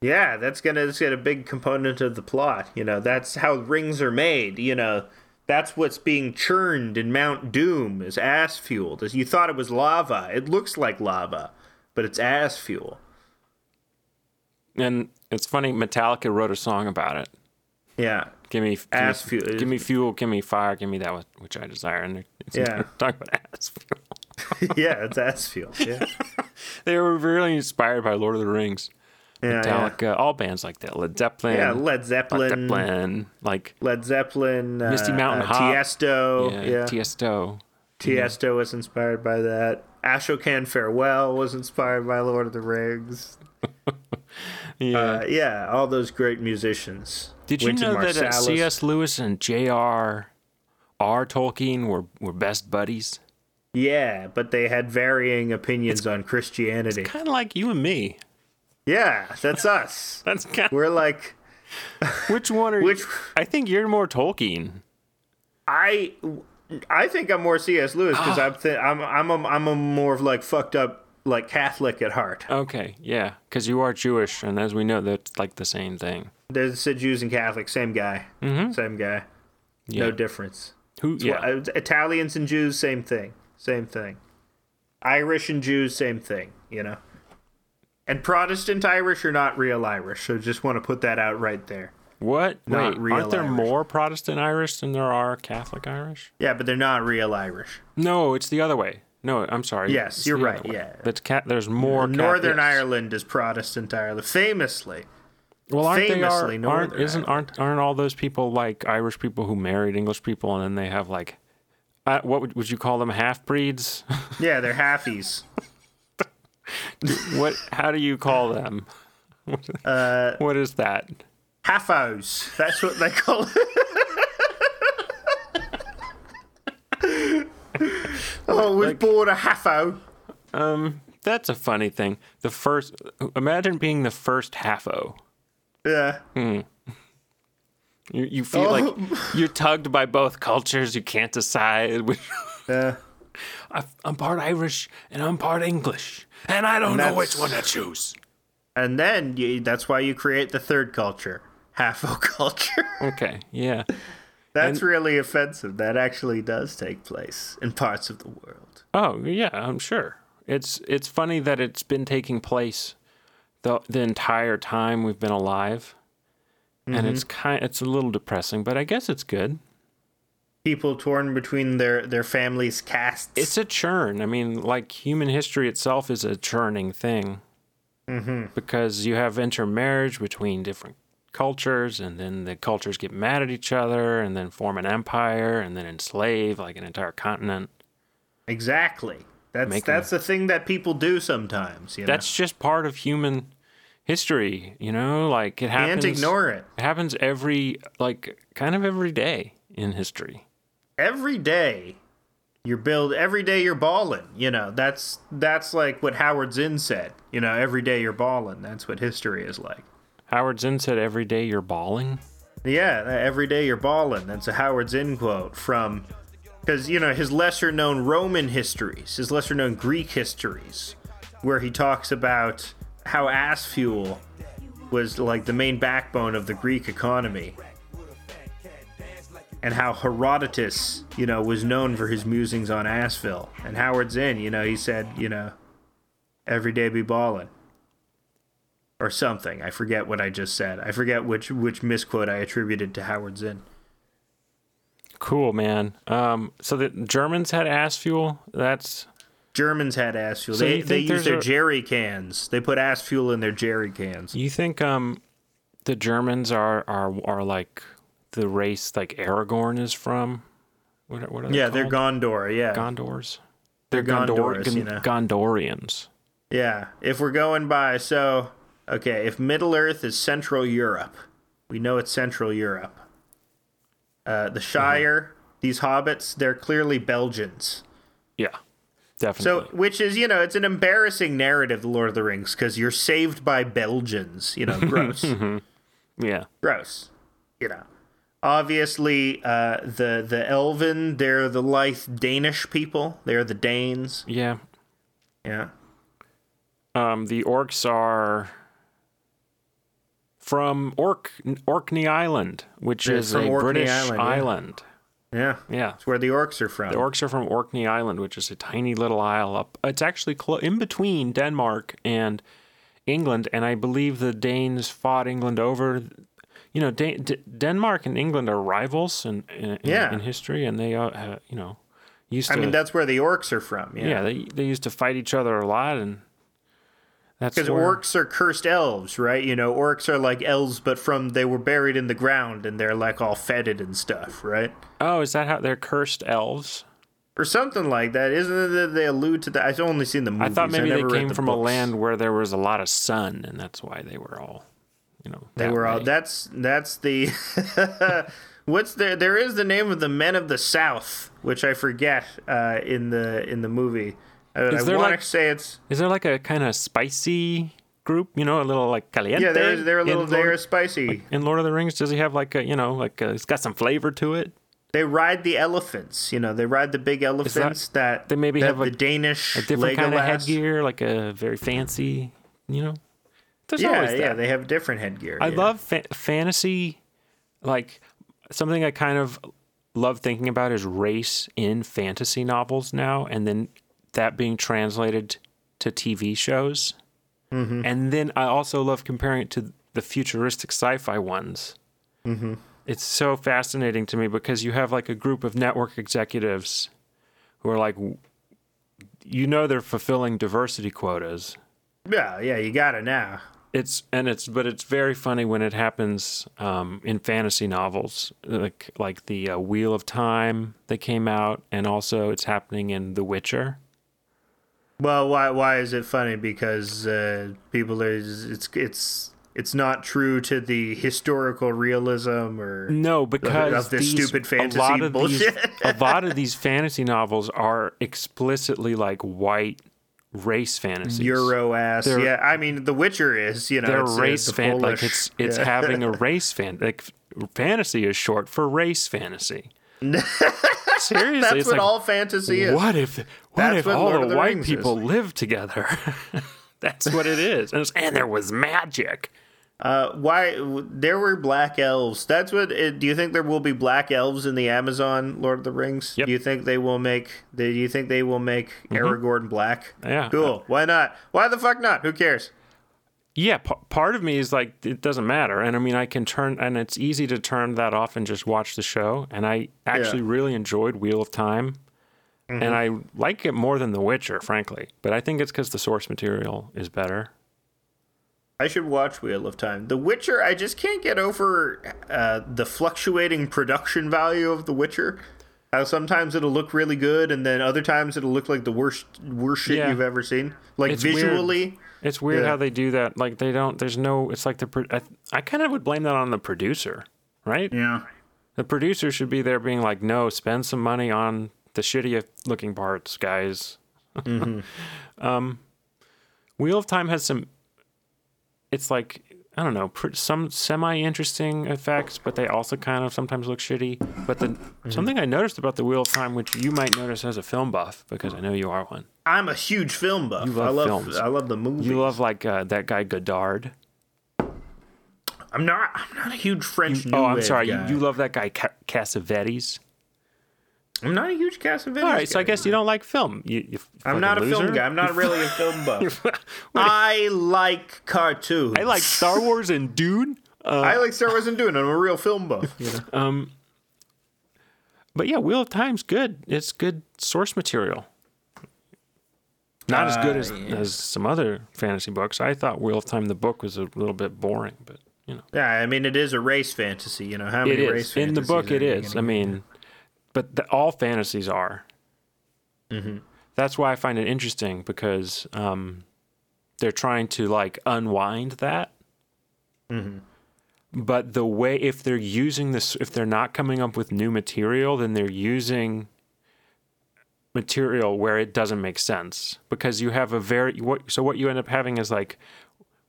[SPEAKER 1] Yeah, that's gonna that's gonna big component of the plot. You know, that's how rings are made. You know, that's what's being churned in Mount Doom is ass fuel. As you thought it was lava, it looks like lava, but it's ass fuel.
[SPEAKER 2] And it's funny, Metallica wrote a song about it.
[SPEAKER 1] Yeah,
[SPEAKER 2] Give me, give
[SPEAKER 1] Ass
[SPEAKER 2] me
[SPEAKER 1] fuel.
[SPEAKER 2] Give me fuel. Give me fire. Give me that wh- which I desire. And it's
[SPEAKER 1] Yeah.
[SPEAKER 2] talking about ass fuel.
[SPEAKER 1] yeah, it's ass fuel. Yeah,
[SPEAKER 2] They were really inspired by Lord of the Rings.
[SPEAKER 1] yeah, Oh, yeah.
[SPEAKER 2] Metallica, all bands like that. Led Zeppelin.
[SPEAKER 1] Yeah, Led Zeppelin,
[SPEAKER 2] Led Zeppelin, like
[SPEAKER 1] Led Zeppelin, uh,
[SPEAKER 2] Misty Mountain
[SPEAKER 1] uh,
[SPEAKER 2] Hop.
[SPEAKER 1] Tiesto.
[SPEAKER 2] yeah,
[SPEAKER 1] yeah.
[SPEAKER 2] Tiesto.
[SPEAKER 1] Tiesto was inspired by that. Ashokan Farewell was inspired by Lord of the Rings.
[SPEAKER 2] Yeah.
[SPEAKER 1] Uh, yeah, all those great musicians.
[SPEAKER 2] Did you
[SPEAKER 1] Wynton
[SPEAKER 2] know that uh,
[SPEAKER 1] Marsalis.
[SPEAKER 2] C.S. Lewis and J.R. R. Tolkien were, were best buddies?
[SPEAKER 1] Yeah, but they had varying opinions on Christianity.
[SPEAKER 2] Kind of like you and me.
[SPEAKER 1] Yeah, that's us.
[SPEAKER 2] That's kind.
[SPEAKER 1] We're like
[SPEAKER 2] Which one are
[SPEAKER 1] Which-
[SPEAKER 2] you? I think you're more Tolkien.
[SPEAKER 1] I. I think I'm more C.S. Lewis because I'm, th- I'm I'm a, I'm a more of like fucked up like Catholic at heart.
[SPEAKER 2] Okay, yeah, because you are Jewish, and as we know, that's like the same thing.
[SPEAKER 1] There's the Jews and Catholics, same guy, same guy,
[SPEAKER 2] Mm-hmm. Yeah.
[SPEAKER 1] no difference.
[SPEAKER 2] Who? Yeah.
[SPEAKER 1] Well, uh, Italians and Jews, same thing. Same thing. Irish and Jews, same thing, you know? And Protestant Irish are not real Irish, so just want to put that out right there.
[SPEAKER 2] what?
[SPEAKER 1] not
[SPEAKER 2] Wait,
[SPEAKER 1] real
[SPEAKER 2] aren't there
[SPEAKER 1] Irish.
[SPEAKER 2] more Protestant Irish than there are Catholic Irish?
[SPEAKER 1] Yeah, but they're not real Irish.
[SPEAKER 2] No, it's the other way. No, I'm sorry.
[SPEAKER 1] Yes,
[SPEAKER 2] it's
[SPEAKER 1] you're
[SPEAKER 2] the
[SPEAKER 1] right,
[SPEAKER 2] other way.
[SPEAKER 1] yeah.
[SPEAKER 2] That's cat. There's more Ca-
[SPEAKER 1] Northern
[SPEAKER 2] yes.
[SPEAKER 1] Ireland is Protestant Ireland, famously.
[SPEAKER 2] Well, aren't they are,
[SPEAKER 1] famously
[SPEAKER 2] aren't,
[SPEAKER 1] Northern
[SPEAKER 2] isn't aren't aren't all those people like Irish people who married English people, and then they have like, uh, what would, would you call them? Half breeds?
[SPEAKER 1] Yeah, they're halfies.
[SPEAKER 2] what? How do you call them?
[SPEAKER 1] Uh,
[SPEAKER 2] what is that?
[SPEAKER 1] Halfos. That's what they call it. oh, I was born a halfo.
[SPEAKER 2] That's a funny thing. The first, imagine being the first half-o.
[SPEAKER 1] Yeah.
[SPEAKER 2] You, you
[SPEAKER 1] Oh.
[SPEAKER 2] feel like you're tugged by both cultures. You can't decide. which-
[SPEAKER 1] Yeah.
[SPEAKER 2] I- I'm part Irish and I'm part English, and I don't know which
[SPEAKER 1] that's-
[SPEAKER 2] one to choose.
[SPEAKER 1] And then you, that's why you create the third culture, halfo culture.
[SPEAKER 2] Okay, yeah,
[SPEAKER 1] That's really offensive. That actually does take place in parts of the world.
[SPEAKER 2] Oh yeah, I'm sure. It's it's funny that it's been taking place the the entire time we've been alive, and it's kind it's a little depressing, but I guess it's good.
[SPEAKER 1] People torn between their their families' castes.
[SPEAKER 2] It's a churn. I mean, like human history itself is a churning thing, mm-hmm. because you have intermarriage between different cultures, and then the cultures get mad at each other, and then form an empire, and then enslave like an entire continent.
[SPEAKER 1] exactly. That's
[SPEAKER 2] Make
[SPEAKER 1] that's the thing that people do sometimes. You
[SPEAKER 2] That's just part of human history, you know. Like it
[SPEAKER 1] know?
[SPEAKER 2] happens.
[SPEAKER 1] can't ignore it.
[SPEAKER 2] It happens every, like, kind of every day in history.
[SPEAKER 1] Every day, you're build. Every day you're balling. You know that's that's like what Howard Zinn said. You know, every day you're balling. That's what history is like.
[SPEAKER 2] Howard Zinn said, "Every day you're balling."
[SPEAKER 1] Yeah, that every day you're balling. That's a Howard Zinn quote from, because you know his lesser-known Roman histories, his lesser-known Greek histories, where he talks about how ass fuel was like the main backbone of the Greek economy, and how Herodotus, you know, was known for his musings on assville. And Howard Zinn, you know, he said, you know, every day be balling or something. I forget what I just said. I forget which which misquote I attributed to Howard Zinn.
[SPEAKER 2] Cool, man. Um, so the Germans had ass fuel. That's
[SPEAKER 1] Germans had ass fuel.
[SPEAKER 2] So
[SPEAKER 1] they
[SPEAKER 2] you
[SPEAKER 1] they
[SPEAKER 2] think
[SPEAKER 1] use
[SPEAKER 2] there's
[SPEAKER 1] their
[SPEAKER 2] a-
[SPEAKER 1] jerry cans. They put ass fuel in their jerry cans.
[SPEAKER 2] you think um, the Germans are are are like the race like Aragorn is from. What are, what are they
[SPEAKER 1] Yeah, they're
[SPEAKER 2] called?
[SPEAKER 1] Gondor. Yeah,
[SPEAKER 2] Gondors. They're,
[SPEAKER 1] Gondors,
[SPEAKER 2] Gondor-
[SPEAKER 1] you know.
[SPEAKER 2] Gondorians.
[SPEAKER 1] yeah. If we're going by, so okay, if Middle Earth is Central Europe, we know it's Central Europe. Uh,
[SPEAKER 2] Uh-huh.
[SPEAKER 1] the Shire, these hobbits, they're clearly Belgians.
[SPEAKER 2] Yeah,
[SPEAKER 1] So,
[SPEAKER 2] definitely.
[SPEAKER 1] which is, you know, it's an embarrassing narrative, The Lord of the Rings, because you're saved by Belgians. You know, gross.
[SPEAKER 2] yeah.
[SPEAKER 1] gross. You know, obviously uh, the the Elven, they're the lithe Danish people. They're the Danes.
[SPEAKER 2] Yeah.
[SPEAKER 1] Yeah,
[SPEAKER 2] Um, the orcs are from Ork Orkney Island, which
[SPEAKER 1] They're
[SPEAKER 2] is
[SPEAKER 1] from
[SPEAKER 2] a
[SPEAKER 1] Orkney
[SPEAKER 2] British
[SPEAKER 1] Island,
[SPEAKER 2] island.
[SPEAKER 1] yeah. yeah,
[SPEAKER 2] Yeah.
[SPEAKER 1] That's where the orcs are from.
[SPEAKER 2] The orcs are from Orkney Island, which is a tiny little isle up. It's actually clo- in between Denmark and England, and I believe the Danes fought England over. You know, Dan- D- Denmark and England are rivals in in, in-
[SPEAKER 1] Yeah.
[SPEAKER 2] in history, and they uh, ha- you know used to.
[SPEAKER 1] I mean, that's where the orcs are from.
[SPEAKER 2] yeah,
[SPEAKER 1] Yeah,
[SPEAKER 2] they they used to fight each other a lot, and that's
[SPEAKER 1] because
[SPEAKER 2] where-
[SPEAKER 1] orcs are cursed elves, right? You know, orcs are like elves, but from they were buried in the ground and they're like all fetid and stuff, right?
[SPEAKER 2] Oh, is that how they're cursed elves?
[SPEAKER 1] or something like that. Isn't it that they allude to that? I've only seen the
[SPEAKER 2] I
[SPEAKER 1] movies.
[SPEAKER 2] thought maybe
[SPEAKER 1] Mm-hmm. never
[SPEAKER 2] they
[SPEAKER 1] read
[SPEAKER 2] came
[SPEAKER 1] the
[SPEAKER 2] from a
[SPEAKER 1] books.
[SPEAKER 2] land where there was a lot of sun, and that's why they were all, you know,
[SPEAKER 1] They
[SPEAKER 2] that
[SPEAKER 1] were all.
[SPEAKER 2] way.
[SPEAKER 1] That's that's the. What's there? There is the name of the men of the South, which I forget uh, in the in the movie. I, I want
[SPEAKER 2] there,
[SPEAKER 1] to
[SPEAKER 2] like-
[SPEAKER 1] say it's
[SPEAKER 2] Is there like a kind of spicy group? You know, a little like caliente.
[SPEAKER 1] yeah. They're they're a
[SPEAKER 2] in
[SPEAKER 1] little they're
[SPEAKER 2] Lord-
[SPEAKER 1] spicy.
[SPEAKER 2] in Lord of the Rings, does he have like a you know like a, it's got some flavor to it?
[SPEAKER 1] they ride the elephants. You know, they ride the big elephants that,
[SPEAKER 2] they maybe
[SPEAKER 1] that
[SPEAKER 2] have a-
[SPEAKER 1] the Danish
[SPEAKER 2] A different
[SPEAKER 1] Legolas.
[SPEAKER 2] kind of headgear, like a very fancy, you know. There's
[SPEAKER 1] Yeah,
[SPEAKER 2] always
[SPEAKER 1] yeah,
[SPEAKER 2] that.
[SPEAKER 1] they have different headgear.
[SPEAKER 2] I
[SPEAKER 1] yeah.
[SPEAKER 2] love fa- fantasy, like something I kind of love thinking about is race in fantasy novels now, and then that being translated to TV shows. And then I also love comparing it to the futuristic sci-fi ones. It's so fascinating to me because you have like a group of network executives who are like, w- you know, they're fulfilling diversity quotas
[SPEAKER 1] Yeah, yeah, you got it now.
[SPEAKER 2] it's and it's but it's very funny when it happens um, in fantasy novels like like the uh, Wheel of Time that came out and also it's happening in The Witcher.
[SPEAKER 1] Well, why why is it funny? Because uh, people are it's it's it's not true to the historical realism or
[SPEAKER 2] No, because
[SPEAKER 1] of this
[SPEAKER 2] these-
[SPEAKER 1] stupid
[SPEAKER 2] a lot
[SPEAKER 1] fantasy
[SPEAKER 2] of
[SPEAKER 1] bullshit.
[SPEAKER 2] these a lot of these fantasy novels are explicitly like white race fantasies.
[SPEAKER 1] Euro ass.
[SPEAKER 2] They're-
[SPEAKER 1] Yeah, I mean, The Witcher is you know
[SPEAKER 2] They're
[SPEAKER 1] it's, it's
[SPEAKER 2] race
[SPEAKER 1] the
[SPEAKER 2] fan like
[SPEAKER 1] Polish-
[SPEAKER 2] it's it's having a race fan like fantasy is short for race fantasy. Seriously,
[SPEAKER 1] that's what
[SPEAKER 2] it's like,
[SPEAKER 1] all fantasy is.
[SPEAKER 2] What if what
[SPEAKER 1] That's
[SPEAKER 2] if
[SPEAKER 1] what
[SPEAKER 2] all
[SPEAKER 1] Lord
[SPEAKER 2] the,
[SPEAKER 1] of the
[SPEAKER 2] white
[SPEAKER 1] Rings
[SPEAKER 2] people lived together? That's what it is. And, it's, and there was magic.
[SPEAKER 1] Uh, why there were black elves? That's what. It, do you think there will be black elves in the Amazon Lord of the Rings?
[SPEAKER 2] Yep. Mm-hmm.
[SPEAKER 1] Do you think they will make? Do you think they will make Aragorn black?
[SPEAKER 2] Yeah.
[SPEAKER 1] Cool. Why not? Why the fuck not? Who cares?
[SPEAKER 2] Yeah, p- part of me is like it doesn't matter. And I mean, I can turn and it's easy to turn that off and just watch the show. And I actually really enjoyed Wheel of Time.
[SPEAKER 1] Mm-hmm.
[SPEAKER 2] And I like it more than The Witcher, frankly. But I think it's because the source material is better.
[SPEAKER 1] I should watch Wheel of Time. The Witcher, I just can't get over uh, the fluctuating production value of The Witcher. How sometimes it'll look really good, and then other times it'll look like the worst worst shit
[SPEAKER 2] Yeah.
[SPEAKER 1] you've ever seen. Like
[SPEAKER 2] It's weird.
[SPEAKER 1] visually,
[SPEAKER 2] It's weird
[SPEAKER 1] Yeah.
[SPEAKER 2] how they do that. Like they don't. There's no. It's like the. Pro, I, I kind of would blame that on the producer, right?
[SPEAKER 1] yeah,
[SPEAKER 2] The producer should be there being like, no, spend some money on the shittiest looking parts, guys.
[SPEAKER 1] Mm-hmm.
[SPEAKER 2] um, Wheel of Time has some, it's like, I don't know, pr- some semi interesting effects, but they also kind of sometimes look shitty. But the
[SPEAKER 1] Mm-hmm.
[SPEAKER 2] something I noticed about the Wheel of Time, which you might notice as a film buff, because I know you are one,
[SPEAKER 1] I'm a huge film buff.
[SPEAKER 2] love
[SPEAKER 1] I love
[SPEAKER 2] films.
[SPEAKER 1] I love the movie.
[SPEAKER 2] you love like uh, that guy Godard.
[SPEAKER 1] I'm not. I'm not a huge French. New
[SPEAKER 2] oh, I'm
[SPEAKER 1] Wave
[SPEAKER 2] sorry, you,
[SPEAKER 1] guy.
[SPEAKER 2] you love that guy Ca- Cassavetes.
[SPEAKER 1] I'm not a huge Cassavetes.
[SPEAKER 2] All right, so I
[SPEAKER 1] guy.
[SPEAKER 2] guess you don't like film. You, you
[SPEAKER 1] I'm
[SPEAKER 2] fucking
[SPEAKER 1] not a
[SPEAKER 2] loser.
[SPEAKER 1] film guy. I'm not really a film buff. I like cartoons.
[SPEAKER 2] I like uh, Star Wars and Dune.
[SPEAKER 1] I like Star Wars and Dune. I'm a real film buff.
[SPEAKER 2] But yeah, Wheel of Time's good. It's good source material. Not as good as, as some other fantasy books. I thought Wheel of Time the book was a little bit boring, but you know
[SPEAKER 1] Yeah, I mean it is a race fantasy. You know how
[SPEAKER 2] it
[SPEAKER 1] many race
[SPEAKER 2] is in the
[SPEAKER 1] fantasies
[SPEAKER 2] book.
[SPEAKER 1] are
[SPEAKER 2] It
[SPEAKER 1] you
[SPEAKER 2] is. I
[SPEAKER 1] gonna-
[SPEAKER 2] mean, but the, all fantasies are.
[SPEAKER 1] Mm-hmm.
[SPEAKER 2] That's why I find it interesting because um, they're trying to like unwind that.
[SPEAKER 1] Mm-hmm.
[SPEAKER 2] But the way if they're using this, if they're not coming up with new material, then they're using material where it doesn't make sense because you have a very what. So what you end up having is like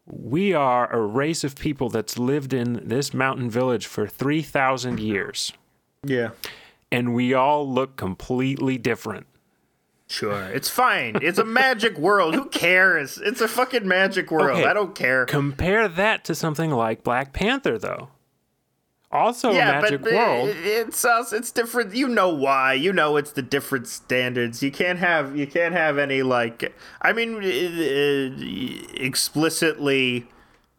[SPEAKER 2] we are a race of people that's lived in this mountain village for 3,000 years,
[SPEAKER 1] Yeah,
[SPEAKER 2] and we all look completely different.
[SPEAKER 1] sure. It's fine. It's a magic world. Who cares? It's a fucking magic world.
[SPEAKER 2] Okay.
[SPEAKER 1] I don't care.
[SPEAKER 2] Compare that to something like Black Panther, though. Also, a
[SPEAKER 1] yeah,
[SPEAKER 2] magic
[SPEAKER 1] but
[SPEAKER 2] world.
[SPEAKER 1] it- it's us. It's different. You know why? You know it's the different standards. You can't have you can't have any like. I mean, uh, explicitly.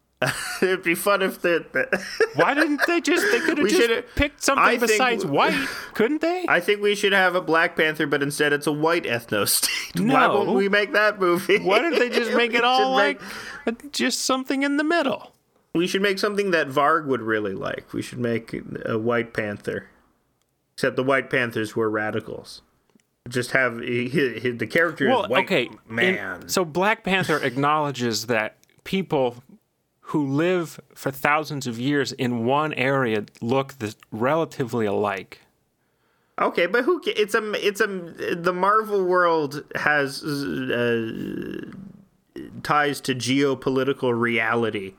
[SPEAKER 1] it'd be fun if the, the
[SPEAKER 2] Why didn't they just? They could have
[SPEAKER 1] We
[SPEAKER 2] just
[SPEAKER 1] should've-
[SPEAKER 2] picked something
[SPEAKER 1] I think-
[SPEAKER 2] besides white, couldn't they?
[SPEAKER 1] I think we should have a Black Panther, but instead it's a white ethno state. Why
[SPEAKER 2] No.
[SPEAKER 1] won't we make that movie?
[SPEAKER 2] Why didn't they just make
[SPEAKER 1] We
[SPEAKER 2] it all
[SPEAKER 1] should make-
[SPEAKER 2] like just something in the middle?
[SPEAKER 1] We should make something that Varg would really like. We should make a White Panther. Except the White Panthers were radicals. Just have he, he, the character
[SPEAKER 2] Well,
[SPEAKER 1] is white
[SPEAKER 2] okay, in-
[SPEAKER 1] man.
[SPEAKER 2] so Black Panther acknowledges that people who live for thousands of years in one area look this relatively alike.
[SPEAKER 1] Okay, but who? ca- It's a. It's a. The Marvel world has uh, ties to geopolitical reality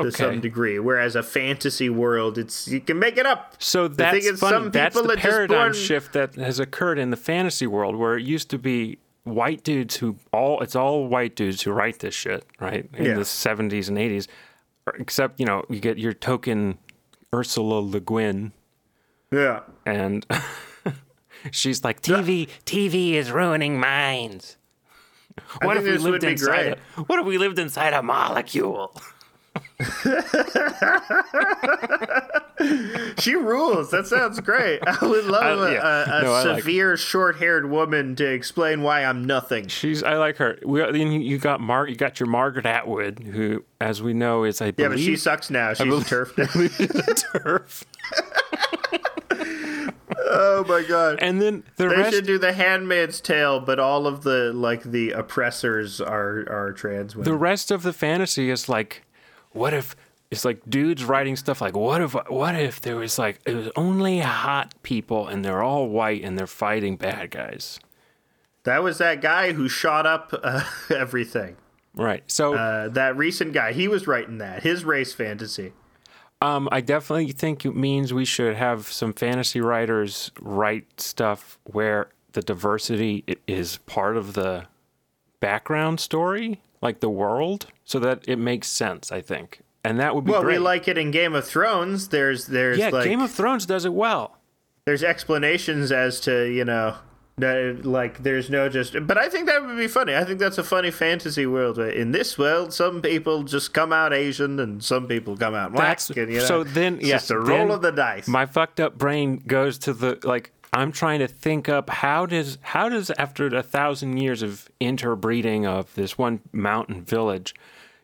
[SPEAKER 1] to some
[SPEAKER 2] Okay,
[SPEAKER 1] degree, whereas a fantasy world, it's you can make it up.
[SPEAKER 2] so
[SPEAKER 1] The thing
[SPEAKER 2] that's
[SPEAKER 1] is,
[SPEAKER 2] funny.
[SPEAKER 1] some
[SPEAKER 2] that's
[SPEAKER 1] people
[SPEAKER 2] the
[SPEAKER 1] are just
[SPEAKER 2] paradigm
[SPEAKER 1] born-
[SPEAKER 2] shift that has occurred in the fantasy world, where it used to be white dudes who all it's all white dudes who write this shit, right? In
[SPEAKER 1] Yeah.
[SPEAKER 2] the seventies and eighties, except you know you get your token Ursula Le Guin.
[SPEAKER 1] Yeah.
[SPEAKER 2] and she's like, "TV, TV is ruining minds.
[SPEAKER 1] think
[SPEAKER 2] What if we
[SPEAKER 1] this would
[SPEAKER 2] lived
[SPEAKER 1] be
[SPEAKER 2] inside? A, what if we lived inside a molecule?"
[SPEAKER 1] She rules. That sounds great. I would love
[SPEAKER 2] I- yeah.
[SPEAKER 1] a, a, a
[SPEAKER 2] No, I like-
[SPEAKER 1] severe short-haired woman to explain why I'm nothing.
[SPEAKER 2] She's, I like her. We then you got Mar, you got your Margaret Atwood, who, as we know, is I
[SPEAKER 1] Yeah,
[SPEAKER 2] believe
[SPEAKER 1] but she sucks now. She's a
[SPEAKER 2] believe-
[SPEAKER 1] turf. now.
[SPEAKER 2] turf.
[SPEAKER 1] oh my god.
[SPEAKER 2] And then the
[SPEAKER 1] They
[SPEAKER 2] rest.
[SPEAKER 1] should do the Handmaid's Tale, but all of the like the oppressors are are trans women.
[SPEAKER 2] the rest of the fantasy is like, what if it's like dudes writing stuff like, what if what if there was like it was only hot people and they're all white and they're fighting bad guys.
[SPEAKER 1] that was that guy who shot up uh, everything.
[SPEAKER 2] Right. So
[SPEAKER 1] Uh, that recent guy, he was writing that his race fantasy.
[SPEAKER 2] Um, I definitely think it means we should have some fantasy writers write stuff where the diversity i- is part of the background story, like the world, so that it makes sense. I think, and that would be
[SPEAKER 1] Well,
[SPEAKER 2] great.
[SPEAKER 1] we like it in Game of Thrones. There's there's
[SPEAKER 2] yeah,
[SPEAKER 1] like
[SPEAKER 2] Game of Thrones does it well.
[SPEAKER 1] there's explanations as to you know no, like there's no just but i think that would be funny i think that's a funny fantasy world where in this world some people just come out asian and some people come out black
[SPEAKER 2] That's
[SPEAKER 1] and, you know,
[SPEAKER 2] so. Then
[SPEAKER 1] it's
[SPEAKER 2] yeah,
[SPEAKER 1] just a
[SPEAKER 2] then
[SPEAKER 1] roll of the dice
[SPEAKER 2] My fucked up brain goes to the like. I'm trying to think up how does how does after a thousand years of interbreeding of this one mountain village,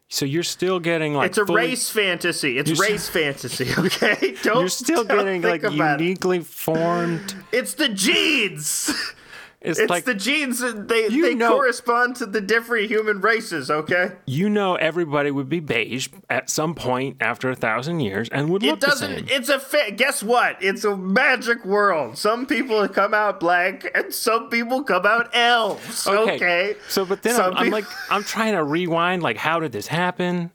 [SPEAKER 2] so you're still getting like
[SPEAKER 1] it's a
[SPEAKER 2] fully-
[SPEAKER 1] race fantasy it's
[SPEAKER 2] You're s-
[SPEAKER 1] race fantasy okay don't
[SPEAKER 2] You're still
[SPEAKER 1] don't
[SPEAKER 2] getting
[SPEAKER 1] think
[SPEAKER 2] like
[SPEAKER 1] about it.
[SPEAKER 2] uniquely formed.
[SPEAKER 1] it's the genes
[SPEAKER 2] It's,
[SPEAKER 1] it's
[SPEAKER 2] like
[SPEAKER 1] the genes that they,
[SPEAKER 2] You
[SPEAKER 1] they
[SPEAKER 2] know-
[SPEAKER 1] correspond to the different human races okay
[SPEAKER 2] you know everybody would be beige at some point after a thousand years and would look
[SPEAKER 1] It doesn't.
[SPEAKER 2] the same.
[SPEAKER 1] It's a fa- guess what? It's a magic world. Some people come out black, and some people come out elves. Okay.
[SPEAKER 2] So, but then I'm,
[SPEAKER 1] Some
[SPEAKER 2] I'm
[SPEAKER 1] peop-
[SPEAKER 2] like, eh. I'm trying to rewind. Like, how did this happen?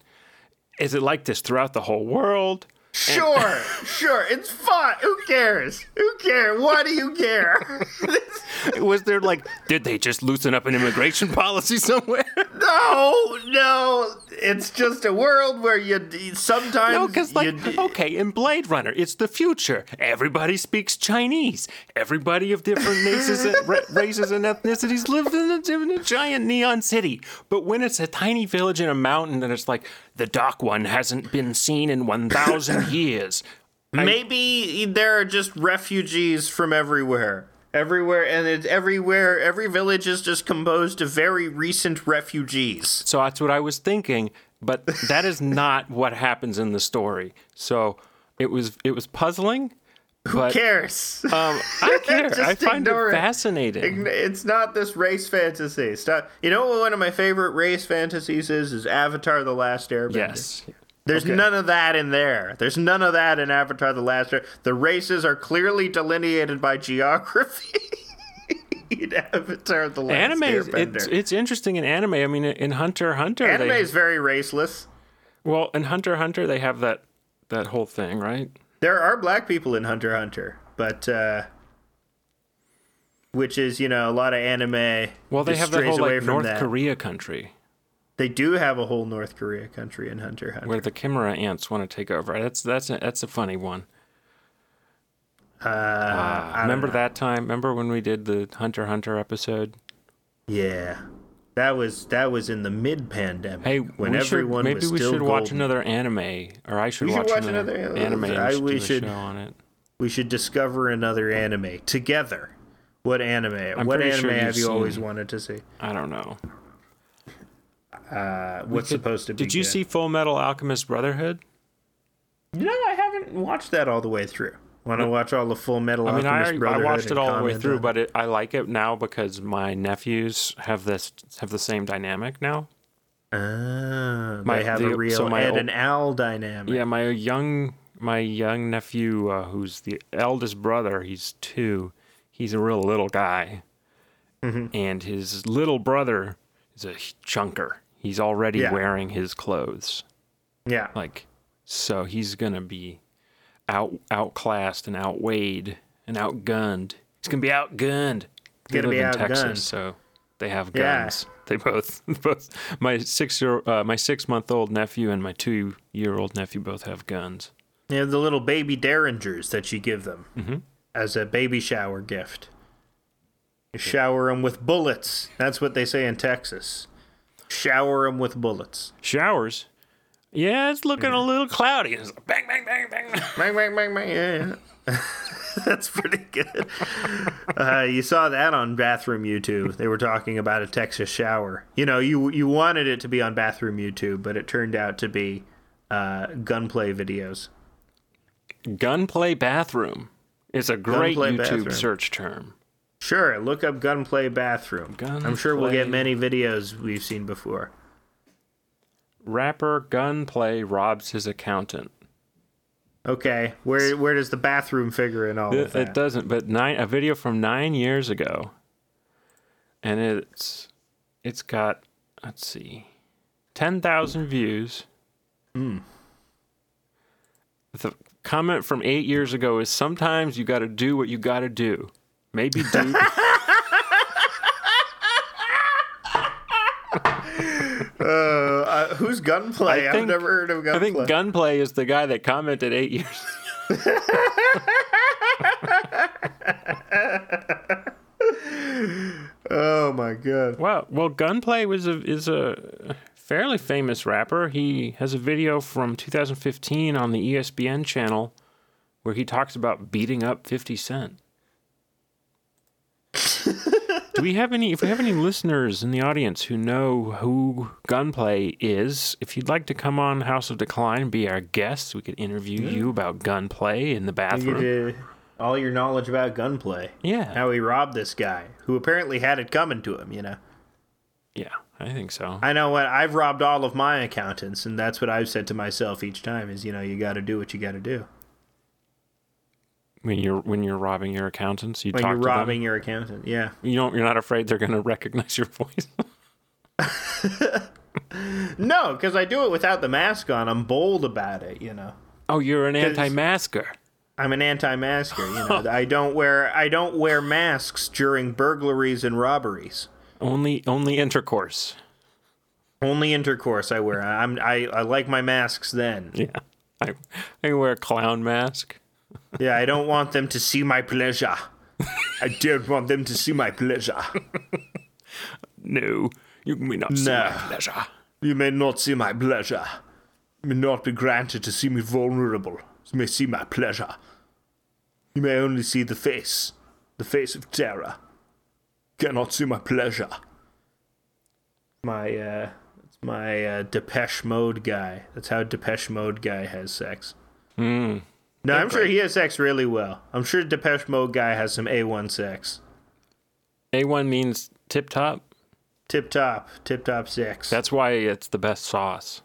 [SPEAKER 2] Is it like this throughout the whole world?
[SPEAKER 1] sure, sure, it's fun. Who cares? Who cares? Why do you care?
[SPEAKER 2] Was there like, did they just loosen up an immigration policy somewhere?
[SPEAKER 1] no, no. It's just a world where you d- sometimes
[SPEAKER 2] No, because like,
[SPEAKER 1] you d-
[SPEAKER 2] okay, in Blade Runner, it's the future. Everybody speaks Chinese. Everybody of different races, and, ra- races and ethnicities lives in a, in a giant neon city. But when it's a tiny village in a mountain, and it's like the dark one hasn't been seen in one thousand years.
[SPEAKER 1] Maybe there are just refugees from everywhere. Everywhere, and it's everywhere. Every village is just composed of very recent refugees.
[SPEAKER 2] So that's what I was thinking. But that is not what happens in the story. So it was it was puzzling. But
[SPEAKER 1] Cares.
[SPEAKER 2] um, I care.
[SPEAKER 1] Just
[SPEAKER 2] I find
[SPEAKER 1] ignore it.
[SPEAKER 2] it fascinating.
[SPEAKER 1] Ign- It's not this race fantasy. Stop. You know what one of my favorite race fantasies is? Is Avatar: The Last Airbender.
[SPEAKER 2] yes.
[SPEAKER 1] There's none of that in there. There's none of that in Avatar: The Last Air. The races are clearly delineated by geography. in Avatar: The Last
[SPEAKER 2] anime is
[SPEAKER 1] Airbender.
[SPEAKER 2] it's, it's interesting in anime i mean in hunter x hunter
[SPEAKER 1] Anime
[SPEAKER 2] they,
[SPEAKER 1] is very raceless.
[SPEAKER 2] well in hunter x hunter they have that that whole thing right
[SPEAKER 1] There are black people in Hunter x Hunter, but uh, which is you know a lot of anime.
[SPEAKER 2] well they
[SPEAKER 1] just
[SPEAKER 2] have that
[SPEAKER 1] strays
[SPEAKER 2] whole
[SPEAKER 1] away
[SPEAKER 2] like
[SPEAKER 1] from
[SPEAKER 2] north
[SPEAKER 1] that.
[SPEAKER 2] korea country
[SPEAKER 1] They do have a whole North Korea country in Hunter x Hunter.
[SPEAKER 2] where the chimera ants want to take over that's that's a, that's a funny one uh, remember that time remember when we did the hunter x hunter episode
[SPEAKER 1] Yeah. That was that was in the mid pandemic.
[SPEAKER 2] hey
[SPEAKER 1] when
[SPEAKER 2] we should-
[SPEAKER 1] everyone
[SPEAKER 2] maybe
[SPEAKER 1] was
[SPEAKER 2] we
[SPEAKER 1] still
[SPEAKER 2] should watch
[SPEAKER 1] golden.
[SPEAKER 2] another anime or i should,
[SPEAKER 1] We should
[SPEAKER 2] watch,
[SPEAKER 1] watch
[SPEAKER 2] another,
[SPEAKER 1] another-
[SPEAKER 2] anime and
[SPEAKER 1] I-
[SPEAKER 2] just
[SPEAKER 1] we
[SPEAKER 2] do a
[SPEAKER 1] should-
[SPEAKER 2] show on it
[SPEAKER 1] We should discover another anime together. What anime? what
[SPEAKER 2] pretty
[SPEAKER 1] anime
[SPEAKER 2] sure you've
[SPEAKER 1] have you always
[SPEAKER 2] seen-
[SPEAKER 1] wanted to see?
[SPEAKER 2] i don't know
[SPEAKER 1] Uh, what's supposed to be?
[SPEAKER 2] did you
[SPEAKER 1] good?
[SPEAKER 2] see full metal alchemist brotherhood
[SPEAKER 1] No, I haven't watched that all the way through. Want to watch all the Full Metal
[SPEAKER 2] I mean, I,
[SPEAKER 1] Alchemist
[SPEAKER 2] already- I
[SPEAKER 1] Brotherhood?
[SPEAKER 2] watched it
[SPEAKER 1] and
[SPEAKER 2] all the way
[SPEAKER 1] comment
[SPEAKER 2] through,
[SPEAKER 1] on-
[SPEAKER 2] but it, I like it now because my nephews have this have the same dynamic now.
[SPEAKER 1] Ah,
[SPEAKER 2] My-
[SPEAKER 1] they have
[SPEAKER 2] the-
[SPEAKER 1] a real
[SPEAKER 2] so my
[SPEAKER 1] Ed
[SPEAKER 2] old-
[SPEAKER 1] and Al dynamic.
[SPEAKER 2] Yeah, my young my young nephew, uh, who's the eldest brother, he's two. He's a real little guy,
[SPEAKER 1] Mm-hmm.
[SPEAKER 2] and his little brother is a chunker. He's already
[SPEAKER 1] Yeah.
[SPEAKER 2] wearing his clothes,
[SPEAKER 1] Yeah.
[SPEAKER 2] like so. He's gonna be out outclassed and outweighed and outgunned. He's gonna be outgunned. They
[SPEAKER 1] Gonna
[SPEAKER 2] live
[SPEAKER 1] be
[SPEAKER 2] in
[SPEAKER 1] outgunned.
[SPEAKER 2] Texas, so they have
[SPEAKER 1] Yeah.
[SPEAKER 2] guns. They both both my six year uh, my six month old nephew and my two year old nephew both have guns.
[SPEAKER 1] Yeah, the little baby derringers that you give them as a baby shower gift. You shower them with bullets. That's what they say in Texas. Shower them with bullets.
[SPEAKER 2] Showers. Yeah, it's looking
[SPEAKER 1] Mm-hmm.
[SPEAKER 2] a little cloudy. It's like bang, bang, bang, bang.
[SPEAKER 1] Bang, bang, bang, bang. Yeah. That's pretty good. Uh, you saw that on Bathroom YouTube. They were talking about a Texas shower. You know, you you wanted it to be on Bathroom YouTube, but it turned out to be uh, gunplay videos.
[SPEAKER 2] Gunplay bathroom. It's a great
[SPEAKER 1] Gunplay
[SPEAKER 2] YouTube
[SPEAKER 1] bathroom.
[SPEAKER 2] search term.
[SPEAKER 1] Sure, look up gunplay bathroom. I'm sure we'll get
[SPEAKER 2] Gunplay.
[SPEAKER 1] many videos we've seen before.
[SPEAKER 2] Rapper Gunplay robs his accountant.
[SPEAKER 1] Okay, where where does the bathroom figure in all of
[SPEAKER 2] It,
[SPEAKER 1] that?
[SPEAKER 2] it doesn't, but nine a video from nine years ago, and it's it's got let's see, ten thousand views. The comment from eight years ago is sometimes you got to do what you got to do. Maybe do
[SPEAKER 1] Uh, who's gunplay?
[SPEAKER 2] I
[SPEAKER 1] I've
[SPEAKER 2] think-
[SPEAKER 1] never heard of
[SPEAKER 2] I
[SPEAKER 1] gunplay.
[SPEAKER 2] think Gunplay is the guy that commented eight years.
[SPEAKER 1] oh my god.
[SPEAKER 2] Wow. Well, Gunplay was a is a fairly famous rapper. He has a video from 2015 on the E ESPN channel where he talks about beating up 50 Cent. Do we have any? If we have any listeners in the audience who know who Gunplay is, if you'd like to come on House of Decline and be our guest, we could interview you about Gunplay in the
[SPEAKER 1] You
[SPEAKER 2] bathroom.
[SPEAKER 1] did all your knowledge about gunplay.
[SPEAKER 2] Yeah.
[SPEAKER 1] How he robbed this guy who apparently had it coming to him, you know.
[SPEAKER 2] Yeah, I think so.
[SPEAKER 1] I know what I've robbed all of my accountants and that's what I've said to myself each time is, you know, you got to do what you got to do.
[SPEAKER 2] when you're when you're robbing your accountants, you
[SPEAKER 1] When
[SPEAKER 2] talk
[SPEAKER 1] you're
[SPEAKER 2] to them?
[SPEAKER 1] robbing your accountant. Yeah.
[SPEAKER 2] You don't. You're not afraid they're going to recognize your voice.
[SPEAKER 1] No, cuz I do it without the mask on. I'm bold about it, you know.
[SPEAKER 2] oh, you're an anti-masker.
[SPEAKER 1] I'm an anti-masker, you know. I don't wear I don't wear masks during burglaries and robberies.
[SPEAKER 2] Only only intercourse.
[SPEAKER 1] Only intercourse I wear. I'm I, I like my masks then.
[SPEAKER 2] Yeah. I I wear a clown mask.
[SPEAKER 1] Yeah, I don't want them to see my pleasure. I don't want them to see my pleasure.
[SPEAKER 2] No, you may not see my
[SPEAKER 1] No.
[SPEAKER 2] pleasure.
[SPEAKER 1] You may not see my pleasure. You may not be granted to see me vulnerable. You may see my pleasure. You may only see the face, the face of terror. Cannot see my pleasure. My uh, it's my uh, Depeche Mode guy. That's how Depeche Mode guy has sex.
[SPEAKER 2] Hmm.
[SPEAKER 1] No, I'm sure he has sex really well. I'm sure Depeche Mode guy has some A1 sex.
[SPEAKER 2] A one means tip top.
[SPEAKER 1] Tip top, tip top sex.
[SPEAKER 2] That's why it's the best sauce.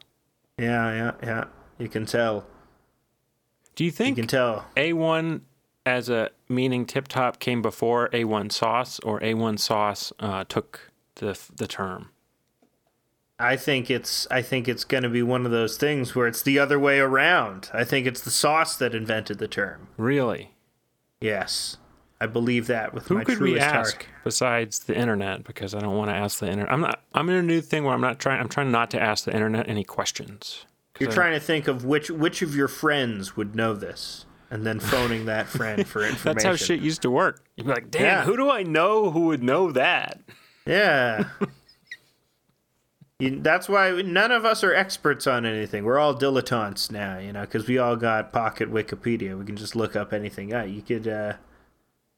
[SPEAKER 1] yeah, yeah, yeah. You can tell.
[SPEAKER 2] Do you
[SPEAKER 1] You can
[SPEAKER 2] think
[SPEAKER 1] tell.
[SPEAKER 2] A one as a meaning tip top came before A one sauce, or A one sauce uh, took the the term?
[SPEAKER 1] I think it's I think it's going to be one of those things where it's the other way around. I think it's the sauce that invented the term.
[SPEAKER 2] Really?
[SPEAKER 1] Yes, I believe that with
[SPEAKER 2] Who
[SPEAKER 1] my
[SPEAKER 2] could
[SPEAKER 1] truest
[SPEAKER 2] we ask
[SPEAKER 1] heart.
[SPEAKER 2] besides the internet? Because I don't want to ask the internet. I'm not. I'm in a new thing where I'm not trying. I'm trying not to ask the internet any questions. 'Cause
[SPEAKER 1] You're
[SPEAKER 2] I-
[SPEAKER 1] trying to think of which which of your friends would know this, and then phoning that friend for information.
[SPEAKER 2] That's how shit used to work. You'd be like, "Damn,
[SPEAKER 1] Yeah.
[SPEAKER 2] who do I know who would know that?"
[SPEAKER 1] Yeah. You- That's why none of us are experts on anything. We're all dilettantes now, you know, because we all got pocket Wikipedia. We can just look up anything. Uh, you could. Uh,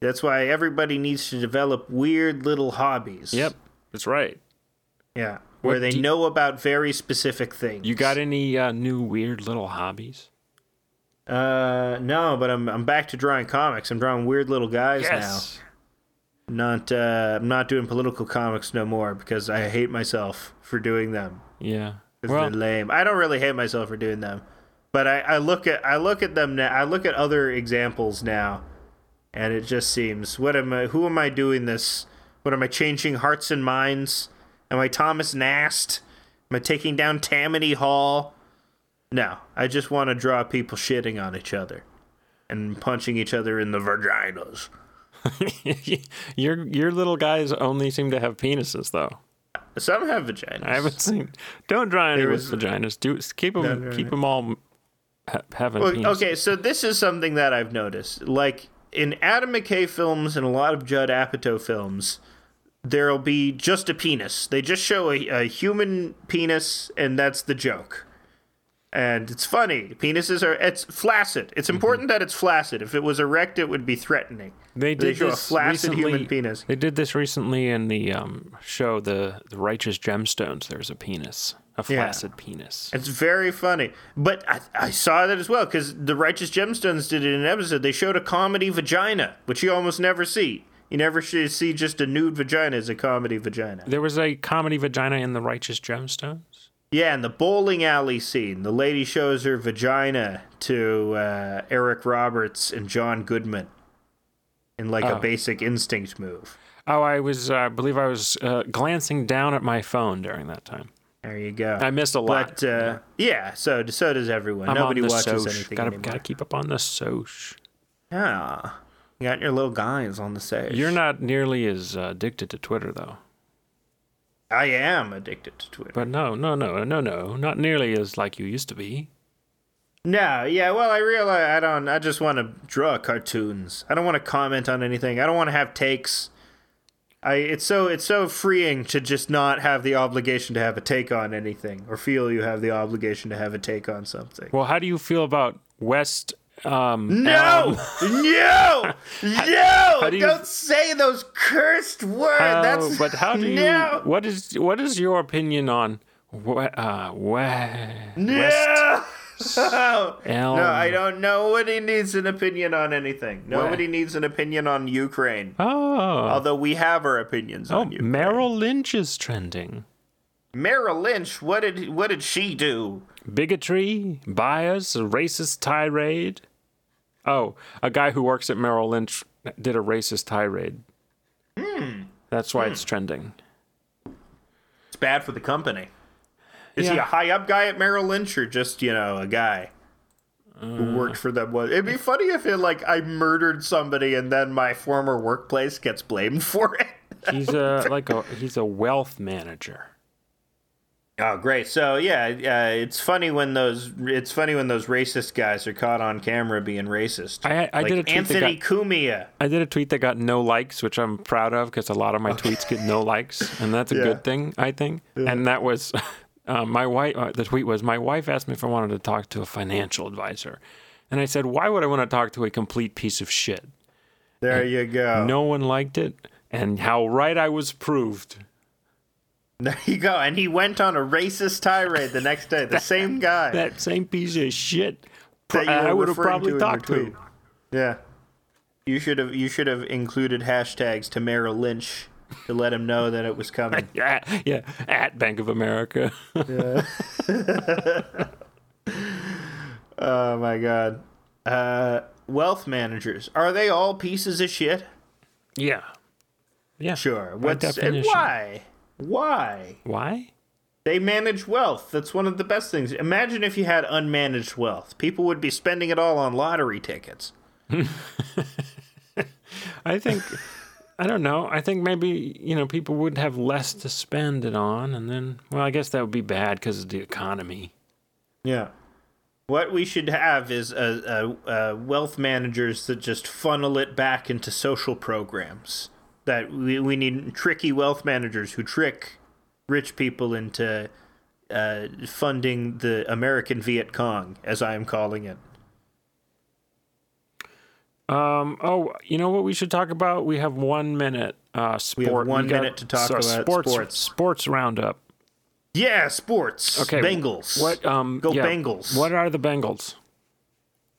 [SPEAKER 1] that's why everybody needs to develop weird little hobbies.
[SPEAKER 2] Yep, that's right.
[SPEAKER 1] Yeah. Where
[SPEAKER 2] What
[SPEAKER 1] they
[SPEAKER 2] do you-
[SPEAKER 1] know about very specific things.
[SPEAKER 2] You got any uh, new weird little hobbies?
[SPEAKER 1] Uh, no, but I'm I'm back to drawing comics. I'm drawing weird little guys
[SPEAKER 2] Yes.
[SPEAKER 1] now. Not uh, I'm not doing political comics no more because I hate myself for doing them.
[SPEAKER 2] Yeah.
[SPEAKER 1] 'Cause
[SPEAKER 2] Well,
[SPEAKER 1] they're lame. I don't really hate myself for doing them, but I, I look at I look at them now. I look at other examples now, and it just seems what am I? Who am I doing this? What am I changing hearts and minds? Am I Thomas Nast? Am I taking down Tammany Hall? No, I just want to draw people shitting on each other and punching each other in the vaginas.
[SPEAKER 2] your your little guys only seem to have penises, though.
[SPEAKER 1] Some have vaginas.
[SPEAKER 2] I haven't seen. Don't draw any
[SPEAKER 1] There
[SPEAKER 2] with
[SPEAKER 1] was-
[SPEAKER 2] vaginas. Do keep them
[SPEAKER 1] no,
[SPEAKER 2] keep
[SPEAKER 1] no.
[SPEAKER 2] them all ha- having
[SPEAKER 1] Well,
[SPEAKER 2] penises.
[SPEAKER 1] okay, so this is something that I've noticed. Like in Adam McKay films and a lot of Judd Apatow films, there'll be just a penis. They just show a, a human penis, and that's the joke. And it's funny. Penises are it's flaccid.
[SPEAKER 2] Mm-hmm.
[SPEAKER 1] It's important that it's flaccid. If it was erect, it would be threatening.
[SPEAKER 2] They did
[SPEAKER 1] show a
[SPEAKER 2] this
[SPEAKER 1] flaccid
[SPEAKER 2] recently,
[SPEAKER 1] human penis.
[SPEAKER 2] They did this recently in the um, show, the, the Righteous Gemstones. There's a penis, a
[SPEAKER 1] Yeah.
[SPEAKER 2] flaccid penis.
[SPEAKER 1] It's very funny. But I, I saw that as well because the Righteous Gemstones did it in an episode. They showed a comedy vagina, which you almost never see. You never sh- see just a nude vagina as a comedy vagina.
[SPEAKER 2] There was a comedy vagina in the Righteous Gemstones.
[SPEAKER 1] Yeah, and the bowling alley scene, the lady shows her vagina to uh, Eric Roberts and John Goodman in like a basic instinct move.
[SPEAKER 2] Oh, I was, uh, I believe, I was uh, glancing down at my phone during that time.
[SPEAKER 1] There you go.
[SPEAKER 2] I missed a lot.
[SPEAKER 1] But uh, yeah, so so does everyone.
[SPEAKER 2] I'm
[SPEAKER 1] Nobody
[SPEAKER 2] on the
[SPEAKER 1] watches
[SPEAKER 2] soch.
[SPEAKER 1] anything
[SPEAKER 2] Gotta,
[SPEAKER 1] anymore.
[SPEAKER 2] gotta keep up on the soch.
[SPEAKER 1] Yeah, you got your little guys on the stage.
[SPEAKER 2] You're not nearly as uh, addicted to Twitter, though.
[SPEAKER 1] I am addicted to Twitter.
[SPEAKER 2] But no, no, no, uh, no, no, not nearly as like you used to be.
[SPEAKER 1] No, yeah, well, I realize I don't. I just want to draw cartoons. I don't want to comment on anything. I don't want to have takes. I it's so it's so freeing to just not have the obligation to have a take on anything or feel you have the obligation to have a take on something.
[SPEAKER 2] Well, how do you feel about West? Um,
[SPEAKER 1] No, no, no!
[SPEAKER 2] do you-
[SPEAKER 1] don't say those cursed words.
[SPEAKER 2] How-
[SPEAKER 1] That's
[SPEAKER 2] but how do you?
[SPEAKER 1] no,
[SPEAKER 2] What is what is your opinion on we, uh, we,
[SPEAKER 1] no.
[SPEAKER 2] Elm?
[SPEAKER 1] No, I don't. Nobody needs an opinion on anything. Nobody needs an opinion on Ukraine.
[SPEAKER 2] Oh,
[SPEAKER 1] Although we have our opinions
[SPEAKER 2] oh
[SPEAKER 1] on you.
[SPEAKER 2] Merrill Lynch is trending.
[SPEAKER 1] Merrill Lynch, what did what did she do?
[SPEAKER 2] Bigotry, bias, a racist tirade. Oh, a guy who works at Merrill Lynch did a racist tirade.
[SPEAKER 1] Hmm.
[SPEAKER 2] That's why it's trending.
[SPEAKER 1] It's bad for the company. Is he
[SPEAKER 2] Yeah.
[SPEAKER 1] a high up guy at Merrill Lynch or just, you know, a guy
[SPEAKER 2] Uh.
[SPEAKER 1] who worked for them? One? It'd be funny if it like I murdered somebody and then my former workplace gets blamed for it.
[SPEAKER 2] He's a like a he's a wealth manager.
[SPEAKER 1] Oh, great! So yeah, uh, it's funny when those it's funny when those racist guys are caught on camera being racist.
[SPEAKER 2] I- I
[SPEAKER 1] like
[SPEAKER 2] did a tweet that
[SPEAKER 1] Anthony Cumia.
[SPEAKER 2] I did a tweet that got no likes, which I'm proud of because a lot of my tweets get no likes, and that's a
[SPEAKER 1] Yeah.
[SPEAKER 2] good thing, I think. And that was uh, my wife. Uh, the tweet was my wife asked me if I wanted to talk to a financial advisor, and I said, "Why would I want to talk to a complete piece of shit?"
[SPEAKER 1] There you go.
[SPEAKER 2] No one liked it, and how right I was proved.
[SPEAKER 1] There you go. And he went on a racist tirade the next day. The same guy that,
[SPEAKER 2] That same piece of shit.
[SPEAKER 1] you were
[SPEAKER 2] I would have
[SPEAKER 1] referring
[SPEAKER 2] probably
[SPEAKER 1] to in your
[SPEAKER 2] talked to.
[SPEAKER 1] tweet. Yeah. You should have you should have included hashtags to Merrill Lynch to let him know that it was coming.
[SPEAKER 2] Yeah, yeah, at Bank of America.
[SPEAKER 1] oh my god. Uh, wealth managers are they all pieces of shit?
[SPEAKER 2] yeah, yeah.
[SPEAKER 1] Sure.
[SPEAKER 2] By
[SPEAKER 1] What's and
[SPEAKER 2] definition.
[SPEAKER 1] why? Why?
[SPEAKER 2] Why?
[SPEAKER 1] They manage wealth. That's one of the best things. Imagine if you had unmanaged wealth. People would be spending it all on lottery tickets.
[SPEAKER 2] I think I don't know. I think maybe you know people would have less to spend it on, and then well, I guess that would be bad because of the economy.
[SPEAKER 1] Yeah. What we should have is uh, uh, uh, wealth managers that just funnel it back into social programs. That we, we need tricky wealth managers who trick rich people into uh, funding the American Viet Cong, as I am calling it.
[SPEAKER 2] Um. Oh, you know what we should talk about? We have one minute. Uh, sport.
[SPEAKER 1] have one minute to talk about
[SPEAKER 2] sports.
[SPEAKER 1] sports.
[SPEAKER 2] Sports roundup.
[SPEAKER 1] Yeah, sports.
[SPEAKER 2] Okay.
[SPEAKER 1] Bengals.
[SPEAKER 2] What? Um.
[SPEAKER 1] Go
[SPEAKER 2] yeah.
[SPEAKER 1] Bengals.
[SPEAKER 2] What are the Bengals?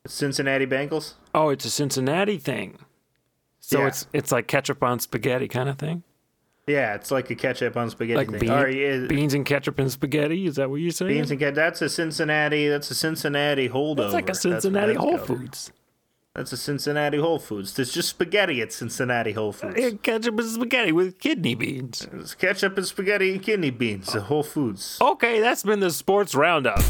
[SPEAKER 1] Cincinnati Bengals.
[SPEAKER 2] Oh, it's a Cincinnati thing. So
[SPEAKER 1] Yeah.
[SPEAKER 2] it's it's like ketchup on spaghetti kind of thing.
[SPEAKER 1] Yeah, it's like a ketchup on spaghetti
[SPEAKER 2] Like
[SPEAKER 1] thing.
[SPEAKER 2] bean-
[SPEAKER 1] Or, yeah,
[SPEAKER 2] beans and ketchup and spaghetti. Is that what you're saying?
[SPEAKER 1] beans and ketchup. That's a Cincinnati. That's a Cincinnati holdover.
[SPEAKER 2] That's like a
[SPEAKER 1] where
[SPEAKER 2] Cincinnati
[SPEAKER 1] that's
[SPEAKER 2] Whole
[SPEAKER 1] going.
[SPEAKER 2] Foods.
[SPEAKER 1] That's a Cincinnati Whole Foods. There's just spaghetti at Cincinnati Whole Foods.
[SPEAKER 2] Yeah, ketchup and spaghetti with kidney beans.
[SPEAKER 1] It's ketchup and spaghetti and kidney beans at Whole Foods.
[SPEAKER 2] Okay, that's been the sports roundup.